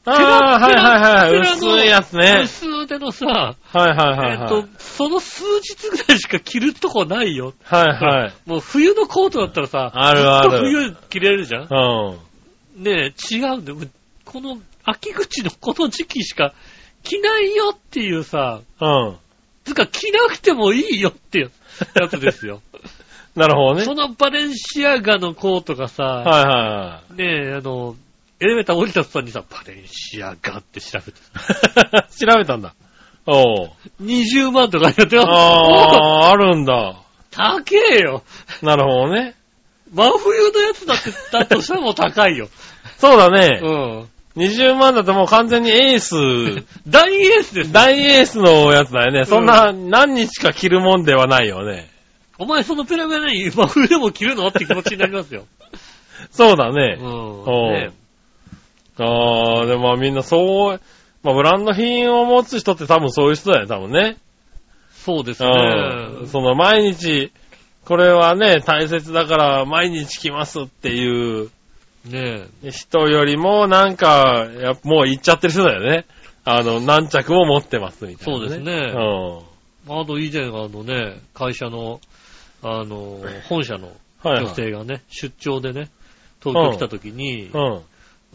Speaker 2: ああ、はいはいはい。
Speaker 1: テラ
Speaker 2: 薄
Speaker 1: テラの
Speaker 2: いやつね。
Speaker 1: 薄手のさ、
Speaker 2: はいは
Speaker 1: え
Speaker 2: いはい
Speaker 1: っ、
Speaker 2: はい。
Speaker 1: と、その数日ぐらいしか着るとこないよ。
Speaker 2: はいはい。
Speaker 1: もう冬のコートだったらさ、
Speaker 2: あるある
Speaker 1: ずっと冬着れるじゃん
Speaker 2: うん。
Speaker 1: ねえ、違うんだよ。この秋口のこの時期しか着ないよっていうさ、
Speaker 2: うん。
Speaker 1: つか着なくてもいいよっていうやつです よ。
Speaker 2: なるほどね。
Speaker 1: そのバレンシアガのコートがさ、
Speaker 2: はいは
Speaker 1: ねえ、あの、エレベーター降りた途端にさ、バレンシアガって調べてさ、
Speaker 2: い はい。調べたんだ。 おう。
Speaker 1: 20万とかやってよ。おお
Speaker 2: ああ、あるんだ。
Speaker 1: 高えよ
Speaker 2: なるほどね。
Speaker 1: 真冬のやつだって、だとしたらもう高 いよ。
Speaker 2: そうだ
Speaker 1: う
Speaker 2: ね。
Speaker 1: ん。
Speaker 2: 20万だともう完全にエース、
Speaker 1: 大エースです。
Speaker 2: 大エースのやつだよね。そんな何日か着るもんではないよね。
Speaker 1: お前そのペラペラに真冬でも着るのって気持ちになります よ。
Speaker 2: そうだ
Speaker 1: う
Speaker 2: ね。
Speaker 1: ん。
Speaker 2: おう
Speaker 1: ね
Speaker 2: ああ、でもまあみんなそう、まあブランド品を持つ人って多分そういう人だよね、多分ね。
Speaker 1: そうですね。
Speaker 2: うん。その毎日、これはね、大切だから毎日来ますっていう
Speaker 1: ね
Speaker 2: 人よりもなんか、やもう行っちゃってる人だよね。あの、何着も持ってますみたいな、
Speaker 1: そうですね
Speaker 2: うん。
Speaker 1: え。あと以前あのね、会社の、あの、本社の
Speaker 2: はい、は
Speaker 1: 女
Speaker 2: い。
Speaker 1: 性がね、出張でね、東京来た時に、
Speaker 2: うん。は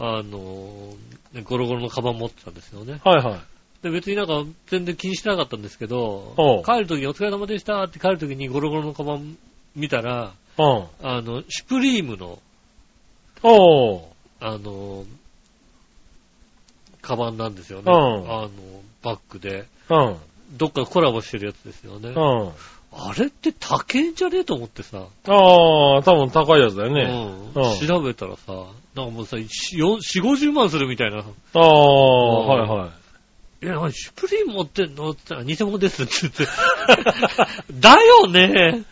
Speaker 1: あの、ねゴロゴロのカバン持ってたんですよね。
Speaker 2: いはい。
Speaker 1: で、別になんか全然気にしてなかったんですけ
Speaker 2: お
Speaker 1: ど
Speaker 2: う、
Speaker 1: 帰る時にお疲れ様でしたって帰る時にゴロゴロのカバン見たら、
Speaker 2: うん。
Speaker 1: あの、シュプリームの、
Speaker 2: おー。
Speaker 1: あの、カバンなんですよね。
Speaker 2: うん
Speaker 1: あの、バッグで。
Speaker 2: うん。
Speaker 1: どっかコラボしてるやつですよね。
Speaker 2: うん。
Speaker 1: あれって高えんじゃねえと思ってさ、
Speaker 2: ああ、多分高いやつだよね。
Speaker 1: うん
Speaker 2: うん
Speaker 1: 調べたらさ、なんかもうさ、4、50万するみたいな。
Speaker 2: ああ、はいはい。
Speaker 1: え、何、シュプリーム持ってんのって言ったら、偽物ですって言って。 だよね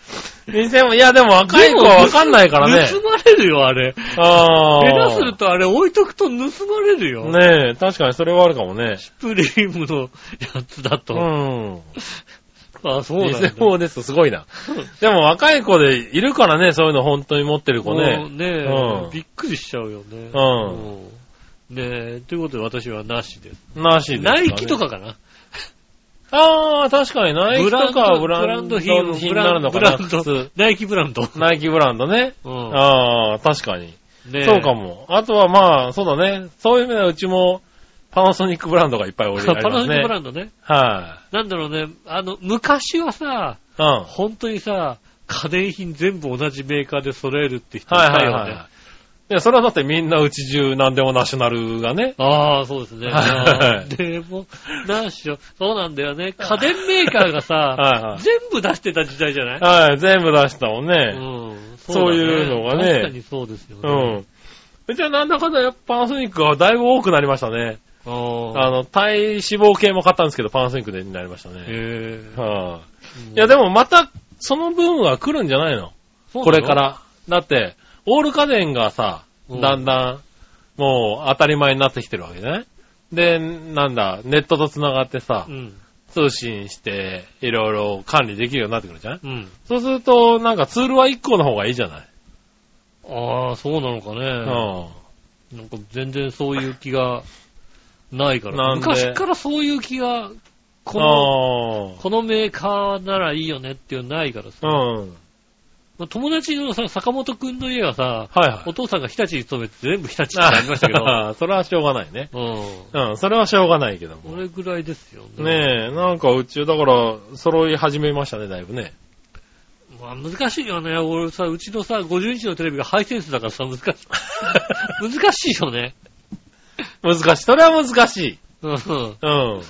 Speaker 2: 2000も、いやでも若い子はわかんないからね
Speaker 1: 盗。まれるよ、あれ。
Speaker 2: ああ。
Speaker 1: 下手するとあれ置いとくと盗まれるよ。
Speaker 2: ねえ、確かにそれはあるかもね。
Speaker 1: シュプリームのやつだ
Speaker 2: う
Speaker 1: と。
Speaker 2: ん。
Speaker 1: あ、そうなんだ。
Speaker 2: 偽物ですとすごいな。でも若い子でいるからね、そういうの本当に持ってる子
Speaker 1: もう
Speaker 2: ね。
Speaker 1: ね、
Speaker 2: うん
Speaker 1: びっくりしちゃうよね。
Speaker 2: う
Speaker 1: うんねえ、ということで私はなしです。
Speaker 2: なしですか
Speaker 1: ナ
Speaker 2: ね
Speaker 1: イキと。かかな。
Speaker 2: ああ、確かにナイキとかはブランド
Speaker 1: ブランド
Speaker 2: 品になるのか
Speaker 1: ブ
Speaker 2: な、
Speaker 1: ラン
Speaker 2: 普
Speaker 1: ド
Speaker 2: 通。
Speaker 1: ナイキブランド。
Speaker 2: ナイキブランドね。
Speaker 1: うん
Speaker 2: ああ、確かに。
Speaker 1: ねえ
Speaker 2: そうかも。あとはまあ、そうだね。そういう意味ではうちも、パナソニックブランドがいっぱい置いて あ
Speaker 1: パ
Speaker 2: りま
Speaker 1: ナ
Speaker 2: す
Speaker 1: ソニックブ
Speaker 2: ね。
Speaker 1: ランドね。
Speaker 2: は
Speaker 1: なんだろうね、あの、昔はさ、
Speaker 2: い、うん。は
Speaker 1: 本当にさ、家電品全部同じメーカーで揃えるって人い
Speaker 2: い
Speaker 1: た
Speaker 2: はい
Speaker 1: よね。
Speaker 2: はい。いや、それはだってみんなうち中何でもナショナルがね。
Speaker 1: ああ、そうですね。
Speaker 2: はい
Speaker 1: あーでも、なんしろ、そうなんだよね。家電メーカーがさ、
Speaker 2: はいはい。
Speaker 1: 全部出してた時代じゃない
Speaker 2: はい、全部出したもん
Speaker 1: う
Speaker 2: ね。
Speaker 1: ん
Speaker 2: そういうのがね
Speaker 1: 確かにそうですよ
Speaker 2: う
Speaker 1: ね。
Speaker 2: ん。うちはなんだかんだやっぱパナソニックがだいぶ多くなりましたね。
Speaker 1: うん
Speaker 2: あの、体脂肪計も買ったんですけど、パナソニックでになりましたね。
Speaker 1: へえ
Speaker 2: はい、いや、でもまた、その分は来るんじゃないのこれか。ら。だって、オール家電がさ、
Speaker 1: うん
Speaker 2: だんだん、もう当たり前になってきてるわけじゃないで、なんだ、ネットと繋がってさ
Speaker 1: そう、なのうん。
Speaker 2: 通信して、いろいろ管理できるようになってくるじゃない
Speaker 1: うん。
Speaker 2: そうすると、なんかツールは1個の方がいいじゃない、
Speaker 1: ああ、そうなのかね。なんか全然そういう気がないか
Speaker 2: な
Speaker 1: ら。
Speaker 2: んで
Speaker 1: 昔からそういう気が、こ
Speaker 2: うん。
Speaker 1: の、
Speaker 2: あ
Speaker 1: このメーカーならいいよねっていうのないからさ。
Speaker 2: あ。うん。
Speaker 1: まあ友達のさ、坂本くんの家がさ、
Speaker 2: はいはい
Speaker 1: お。父さんが日立に勤めて全部日立ってなりましたけ ど。
Speaker 2: あーそれはしょうがないね。
Speaker 1: うん。
Speaker 2: うん、それはしょうがないけど
Speaker 1: こ
Speaker 2: も。
Speaker 1: れぐらいですよね。
Speaker 2: ねえ、なんかうち、だから、揃い始めましたね、だいぶね。
Speaker 1: まあ難しいよね。俺さ、うちのさ、50インチのテレビがハイセンスだからさ、難しい。 難しいよね。
Speaker 2: 難しい。それは難しい。
Speaker 1: うん
Speaker 2: うん。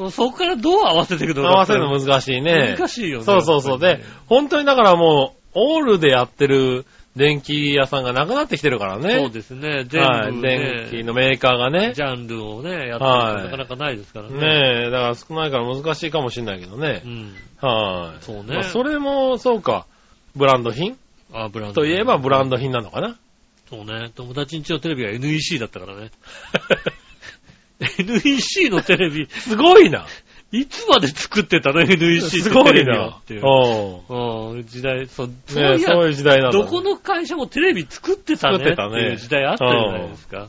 Speaker 1: うん。そこからどう合わせていく
Speaker 2: 合
Speaker 1: のか
Speaker 2: わせるの難しいね。
Speaker 1: 難しいよね。
Speaker 2: そうそうそう。で、本当にだからもう、オールでやってる電気屋さんがなくなってきてるからね。
Speaker 1: そうですね。全部
Speaker 2: はい。電気
Speaker 1: ね、
Speaker 2: のメーカーがね。
Speaker 1: ジャンルをね、やってる
Speaker 2: は
Speaker 1: の
Speaker 2: い
Speaker 1: なかなかないですからね。
Speaker 2: ねえ、だから少ないから難しいかもしれないけどね
Speaker 1: う。ん。
Speaker 2: はい。
Speaker 1: そう
Speaker 2: まあ
Speaker 1: ね。
Speaker 2: それも、そうか。ブランド品
Speaker 1: あ、ブランド。
Speaker 2: といえばブランド品なのかな。
Speaker 1: そうね。友達んちのテレビは NEC だったからね。NEC のテレビ、
Speaker 2: すごいな。
Speaker 1: いつまで作ってたの ?NEC
Speaker 2: す
Speaker 1: の
Speaker 2: ご
Speaker 1: テレ
Speaker 2: い
Speaker 1: ビは
Speaker 2: な
Speaker 1: っ。
Speaker 2: う
Speaker 1: て
Speaker 2: ん。
Speaker 1: い
Speaker 2: ね
Speaker 1: う。うん、時代、そう、
Speaker 2: え
Speaker 1: そういや
Speaker 2: そういう時代なんだ。
Speaker 1: どこの会社もテレビ作ってたね
Speaker 2: 作って
Speaker 1: って
Speaker 2: たね
Speaker 1: いう時代あったじゃないですか。ね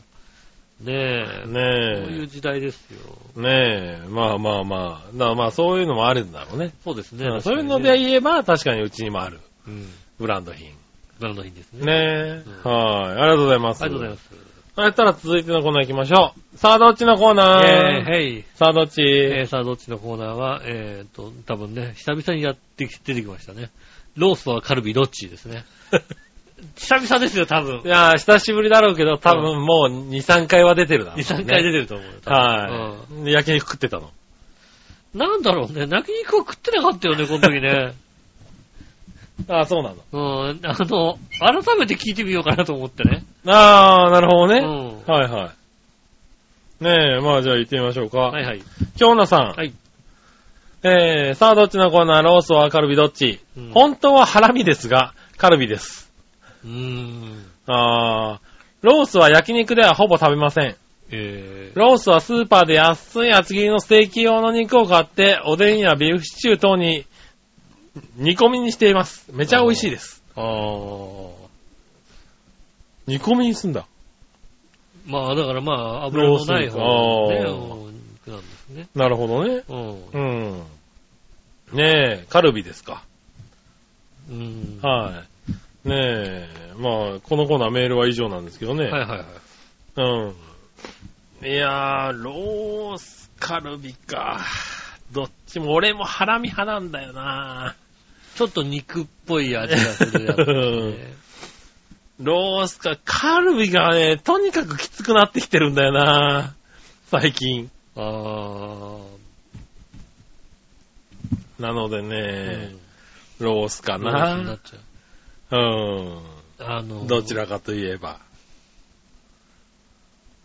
Speaker 1: え。そうい
Speaker 2: ね
Speaker 1: う時代ですよ。
Speaker 2: え。ねえ。まあまあまあ。なまあそういうのもあるんだろうね。
Speaker 1: そうですね。
Speaker 2: うん
Speaker 1: 確
Speaker 2: そう
Speaker 1: か
Speaker 2: いう
Speaker 1: に
Speaker 2: の
Speaker 1: ね
Speaker 2: で、言えば確かにうちにもある。
Speaker 1: うん。
Speaker 2: ブランド品。
Speaker 1: ブランド品ですね。
Speaker 2: ねえ。
Speaker 1: うん
Speaker 2: はい。ありがとうございます。。
Speaker 1: ありがとうございますす。
Speaker 2: そしたら続いてのコーナー行きましょう。さあ、どっちのコーナ
Speaker 1: えー、
Speaker 2: ー
Speaker 1: へい。
Speaker 2: さあ、どっち
Speaker 1: えー、さあ、どっちのコーナーは、えーっと、多分ね、久々にやってき、出てきましたね。ローストはカルビ、どっちですね。 久々ですよ、多分
Speaker 2: い。やー、久しぶりだろうけど、多分もう2、3回は出てるだろう
Speaker 1: 2、
Speaker 2: ね。
Speaker 1: 3回出てると思うよ。多分
Speaker 2: は
Speaker 1: う
Speaker 2: い。で焼肉食ってたの。
Speaker 1: んなんだろうね、泣き肉を食ってなかったよね、この時 ね。
Speaker 2: ああ、そうなの。
Speaker 1: うん、あの、改めて聞いてみようかなと思ってね。
Speaker 2: ああ、なるほ
Speaker 1: う
Speaker 2: どね。
Speaker 1: ん。
Speaker 2: はいはい。ねえ、まあじゃあ行ってみましょうか。
Speaker 1: はいはい。
Speaker 2: 京奈さん。
Speaker 1: はい。
Speaker 2: えー、さあどっちのコーナー、ロースはカルビどっち、
Speaker 1: うん
Speaker 2: 本当はハラミですが、カルビです。
Speaker 1: うーん。
Speaker 2: あー、ロースは焼肉ではほぼ食べません。
Speaker 1: えー、
Speaker 2: ロースはスーパーで安い厚切りのステーキ用の肉を買って、おでんやビーフシチュー等に煮込みにしています。めちゃ美味しいです。
Speaker 1: あー。
Speaker 2: 煮込みにすんだ。
Speaker 1: まあ、だからまあ、油のない方のね、
Speaker 2: ロース
Speaker 1: お肉なんですね。
Speaker 2: なるほどね。
Speaker 1: うん。
Speaker 2: うん。ねえ、カルビですか。
Speaker 1: うん。は
Speaker 2: はい。ねえ、まあ、このコーナーメールは以上なんですけどね。
Speaker 1: いはいはい。
Speaker 2: うん。いやー、ロースカルビか。どっちも、俺もハラミ派なんだよな
Speaker 1: ちょっと肉っぽい味がするやつです ね。
Speaker 2: ロースか、カルビがね、とにかくきつくなってきてるんだよな最近。
Speaker 1: あ
Speaker 2: なので
Speaker 1: あ、
Speaker 2: ね、
Speaker 1: う
Speaker 2: ロースか
Speaker 1: ん、なにな
Speaker 2: な
Speaker 1: っちゃう。
Speaker 2: うん。
Speaker 1: あの、
Speaker 2: どちらかといえば。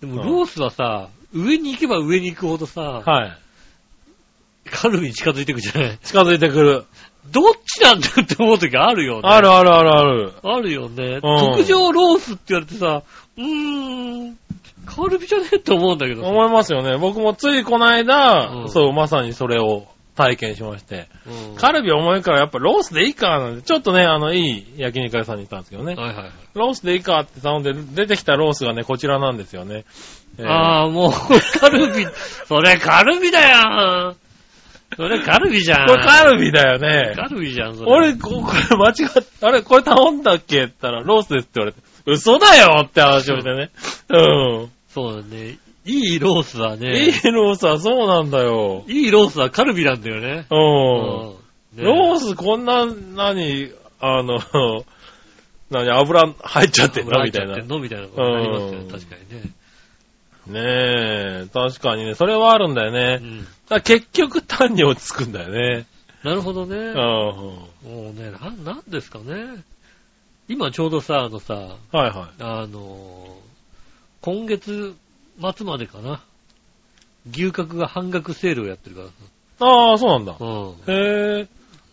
Speaker 1: でもロースはさ、上に行けば上に行くほどさ、
Speaker 2: はい。
Speaker 1: るに近づいていくじゃない。
Speaker 2: 近づいてくる。
Speaker 1: どっちなんだよって思う時あるよね。
Speaker 2: あるあるあるある。
Speaker 1: あるよね。
Speaker 2: うん
Speaker 1: 特上ロースって言われてさ、うーん、カルビじゃねえって思うんだけどさ。
Speaker 2: 思いますよね。僕もついこの間、
Speaker 1: うん
Speaker 2: そう、まさにそれを体験しまして。
Speaker 1: うん
Speaker 2: カルビ重いからやっぱロースでいいかなんで、ちょっとね、あの、いい焼肉屋さんに行ったんですけどね。
Speaker 1: はいはいはい。
Speaker 2: ロースでいいかって頼んで、出てきたロースがね、こちらなんですよね。えー
Speaker 1: ああ、もう、 カルビ、それカルビだよそれカルビじゃん。
Speaker 2: これカルビだよね。
Speaker 1: カルビじゃん、それ。
Speaker 2: 俺、ここれ間違っあれ、これ頼んだっけって言ったら、ロースですって言われて、嘘だよって話をしてね。うん。
Speaker 1: そうだね。いいロースはね
Speaker 2: い、いロースはそうなんだよ。
Speaker 1: いいロースはカルビなんだよね。
Speaker 2: う。
Speaker 1: うんんね
Speaker 2: ロースこんな、何、あの、 何、油入っちゃってんのみたいな。
Speaker 1: 入っちゃってん
Speaker 2: ね
Speaker 1: のみたいなことになりますよ
Speaker 2: うん
Speaker 1: ね、確かにね。
Speaker 2: え、確かにね、それはあるんだよ
Speaker 1: う
Speaker 2: ね。
Speaker 1: ん。
Speaker 2: だから結局単に落ち着くんだよね。
Speaker 1: なるほど
Speaker 2: う
Speaker 1: ね。
Speaker 2: ん。
Speaker 1: もうね、ななんですかね。今ちょうどさ、あのさ、
Speaker 2: はいは
Speaker 1: あの、今月末までかな。牛角が半額セールをやってるからさ。
Speaker 2: い。ああ、そうなんだ。
Speaker 1: うん。
Speaker 2: へえ。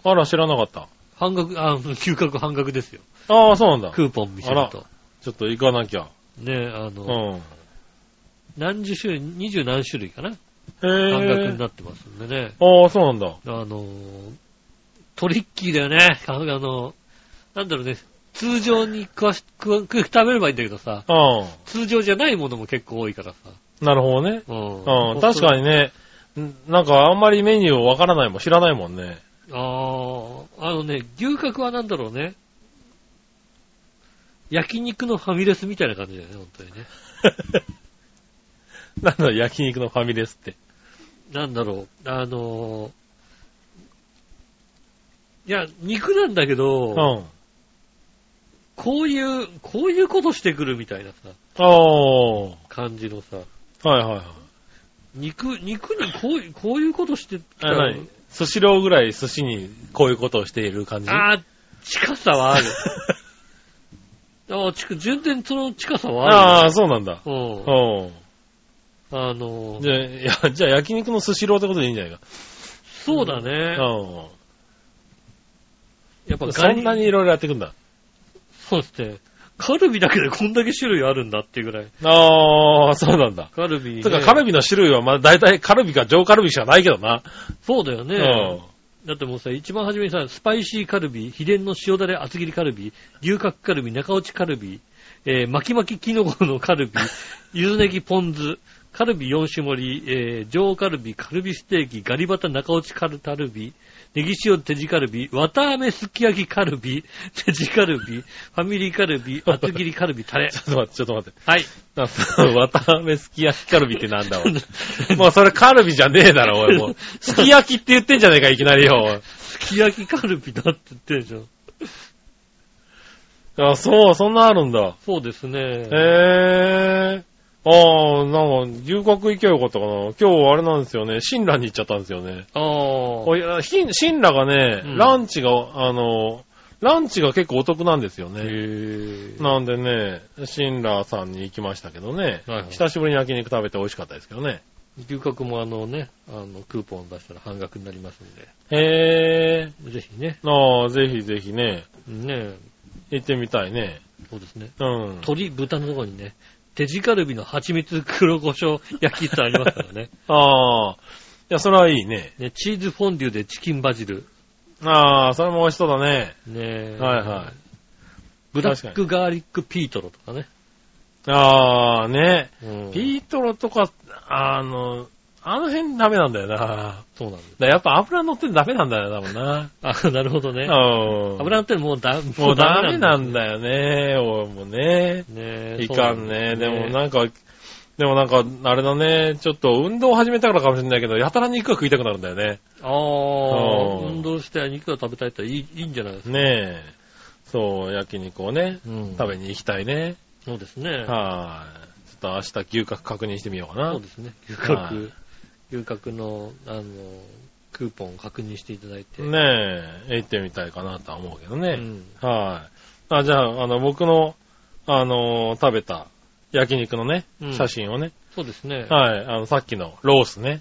Speaker 2: あら、知らなかった。
Speaker 1: 半額、あ、牛角半額ですよ。
Speaker 2: ああ、そうなんだ。
Speaker 1: クーポン見せると。
Speaker 2: ちょっと行かなきゃ。
Speaker 1: ね、あ
Speaker 2: う
Speaker 1: の、
Speaker 2: ん。
Speaker 1: 何十種類、二十何種類かな。半額
Speaker 2: へ
Speaker 1: に
Speaker 2: え。
Speaker 1: なってますんでね。
Speaker 2: ああ、そうなんだ。
Speaker 1: あのー、トリッキーだよね。 あの、なんだろうね。通常に食わし、食わ、食食べればいいんだけどさ、
Speaker 2: あ
Speaker 1: 通常じゃないものも結構多いからさ。
Speaker 2: あ、なるほどね。
Speaker 1: うん
Speaker 2: うん、確か
Speaker 1: に。
Speaker 2: にね、んなんかあんまりメニューわからないもん、知らないもんね。
Speaker 1: ああ、あのね、牛角はなんだろうね。焼肉のファミレスみたいな感じだよね、本当にね。
Speaker 2: なんだ、焼肉のファミレスって。
Speaker 1: なんだろう、あのーいや、肉なんだけど、
Speaker 2: うん。あ
Speaker 1: こういう、こういうことしてくるみたいなさ、
Speaker 2: あ、はい
Speaker 1: 感じのさ、
Speaker 2: はいはい。
Speaker 1: 肉、肉にこういう、こういうことしてきた
Speaker 2: あ
Speaker 1: ら
Speaker 2: 何寿司郎ぐらい寿司にこういうことをしている感じ
Speaker 1: あー近さはあ る。あーちく順天その近さはあ
Speaker 2: あー、そうなんだ。
Speaker 1: るよ。うん。
Speaker 2: う
Speaker 1: あの
Speaker 2: ん。
Speaker 1: ー
Speaker 2: じゃあ、いやじゃあ焼肉の寿司郎ってことでいいんじゃないか。
Speaker 1: そうだね。
Speaker 2: う
Speaker 1: やっぱ
Speaker 2: ん。そ
Speaker 1: ガリ
Speaker 2: んなにいろいろやっていくんだ。
Speaker 1: そうですね。カルビだけでこんだけ種類あるんだっていうぐらい。
Speaker 2: ああ、そうなんだ。
Speaker 1: カルビ、ね。
Speaker 2: てか、カルビの種類はまあ大体カルビか上カルビしかないけどな。
Speaker 1: そうだよね。
Speaker 2: うん。
Speaker 1: だってもうさ、一番初めにさ、スパイシーカルビ、秘伝の塩だれ厚切りカルビ、牛角カルビ、中落ちカルビ、えー、巻き巻きキノコのカルビ、ゆずねぎポン酢、カルビ4種盛り、えー、上カルビ、カルビステーキ、ガリバタ中落ちカルタルビ、ネギ塩手地カルビ、綿あめすき焼きカルビ、手地カルビ、ファミリーカルビ、厚切りカルビ、タレ
Speaker 2: ち。ょっと待って、ちょっと待って。
Speaker 1: はい。
Speaker 2: あそう綿あめすき焼きカルビってなんだわ。 もうそれカルビじゃねえだろ、おい、もう。すき焼きって言ってんじゃねえか、いきなりよ。
Speaker 1: すき焼きカルビだって言ってるでしょ。
Speaker 2: あ、そう、そんなあるんだ。
Speaker 1: そうですね。
Speaker 2: へえ。ああ、なんか、牛角行けばよかったかな。今日あれなんですよね、新羅に行っちゃったんですよね。
Speaker 1: ああ。
Speaker 2: おいや新新羅がね、
Speaker 1: うん
Speaker 2: ランチが、あの、ランチが結構お得なんですよね。
Speaker 1: へー
Speaker 2: なんでね、新羅さんに行きましたけどね、
Speaker 1: はいはい
Speaker 2: 久しぶりに焼肉食べて美味しかったですけどね。
Speaker 1: 牛角もあのね、あの、クーポン出したら半額になりますんで、
Speaker 2: へえ。
Speaker 1: ぜひね、
Speaker 2: ああ、ぜひぜひね。
Speaker 1: ね
Speaker 2: 行ってみたいね。
Speaker 1: そうですね、
Speaker 2: うん。
Speaker 1: 鶏、豚のところにね、手地カルビの蜂蜜黒胡椒焼きってあります からね
Speaker 2: ああ。いや、それはいいね。
Speaker 1: ね、チーズフォンデュでチキンバジル、
Speaker 2: ああ、それも美味しそうだね。
Speaker 1: ね
Speaker 2: はいはい。
Speaker 1: ブラックガーリックピートロとかね。
Speaker 2: ああ、ね。
Speaker 1: うん
Speaker 2: ピートロとか、あの、あの辺ダメなんだよな。だか
Speaker 1: そうなんです。
Speaker 2: らやっぱ油乗ってんのダメなんだよな、多分な。
Speaker 1: あ、なるほどね。
Speaker 2: うん。
Speaker 1: 油乗ってるもうだ、
Speaker 2: もうダメな
Speaker 1: だ。
Speaker 2: んだよね。俺もね。
Speaker 1: ね
Speaker 2: いかんね。でも
Speaker 1: ん
Speaker 2: なんか、でもなんか、あれだね。ちょっと運動始めたからかもしれないけど、やたら肉が食いたくなるんだよね。
Speaker 1: ああ、
Speaker 2: うん
Speaker 1: 運動して肉が食べたいったらいいいいんじゃないですか。
Speaker 2: ねえ。そう、焼肉をね、
Speaker 1: うん
Speaker 2: 食べに行きたいね。
Speaker 1: そうですね。
Speaker 2: はい。ちょっと明日牛角確認してみようかな
Speaker 1: そう。ですね。牛角
Speaker 2: はい、
Speaker 1: 牛角の、あの、クーポンを確認していただいて。
Speaker 2: ねえ、行ってみたいかなとは思うけど
Speaker 1: う
Speaker 2: ね。
Speaker 1: ん。
Speaker 2: はい。あ、じゃあ、あの、僕の、あのー食べた焼肉のね
Speaker 1: う、ん
Speaker 2: 写真をね、
Speaker 1: そうですね。
Speaker 2: はい、あの、さっきのロースね、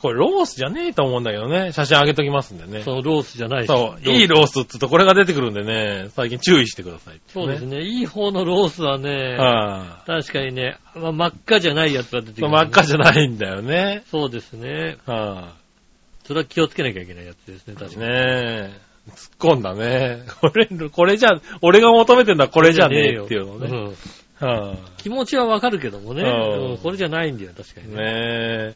Speaker 2: これロースじゃねえと思うんだけどね。写真上げときますんでね。
Speaker 1: そのロースじゃないし
Speaker 2: そう。いいロースっつうとこれが出てくるんでね、最近注意してくださいって、
Speaker 1: そうですね。いい方のロースはね、
Speaker 2: は
Speaker 1: 確かにね、まあ、真っ赤じゃないやつが出て
Speaker 2: い。
Speaker 1: くる、
Speaker 2: 真っ赤じゃないんだよね。
Speaker 1: そうですね。
Speaker 2: は
Speaker 1: それは気をつけなきゃいけないやつですね、確かに。
Speaker 2: い。ねえ。突っ込んだね。これ、 これじゃ、俺が求めてんのはこれじゃねえっていうのね。
Speaker 1: うん
Speaker 2: はい。
Speaker 1: 気持ちはわかるけどもね、
Speaker 2: うん
Speaker 1: うんこれじゃないんだよ、確かにね。
Speaker 2: ねえ。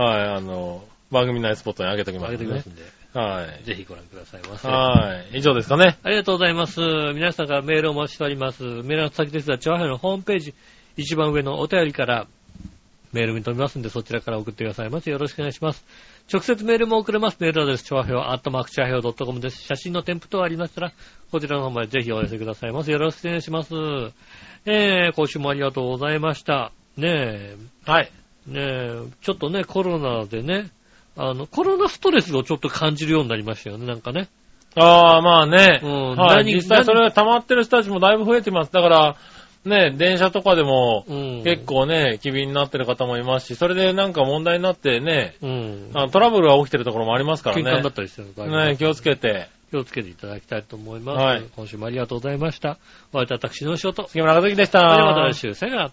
Speaker 2: はい、あの、番組内スポットに上げときま
Speaker 1: あ
Speaker 2: す
Speaker 1: げ
Speaker 2: んで
Speaker 1: てきますんで、
Speaker 2: はい。
Speaker 1: ぜひご覧くださいませ。
Speaker 2: はい。以上ですかね。
Speaker 1: ありがとうございます。皆さんからメールをお待ちしております。メールの先ですが、チョアヘのホームページ、一番上のお便りからメールに飛びますんで、そちらから送ってくださいませ。よろしくお願いします。直接メールも送れます。メールアドレス、チョアヘオ、アットマークチョアヘオ .com です。写真の添付等ありましたら、こちらの方までぜひお寄せくださいませ。よろしくお願いします。えー、今週もありがとうございました。ねえ、
Speaker 2: はい。
Speaker 1: ねえ、ちょっとね、コロナでね、あの、コロナストレスをちょっと感じるようになりましたよね、なんかね。
Speaker 2: ああ、まあね。
Speaker 1: うん
Speaker 2: はい。
Speaker 1: 何
Speaker 2: 実際それ溜まってる人たちもだいぶ増えてます。だから、ね、電車とかでも、
Speaker 1: うん。
Speaker 2: 結構ね、機敏になってる方もいますし、それでなんか問題になってね、
Speaker 1: うん。
Speaker 2: あのトラブルが起きてるところもありますから
Speaker 1: 喧嘩にな
Speaker 2: ね
Speaker 1: っ。たりしてる場合も
Speaker 2: ね、気をつけて。
Speaker 1: 気をつけていただきたいと思います。
Speaker 2: はい
Speaker 1: 今週もありがとうございました。お会いいたい私の仕事。
Speaker 2: 杉村和樹でし
Speaker 1: そ
Speaker 2: た。
Speaker 1: れではまた来週。さよなら。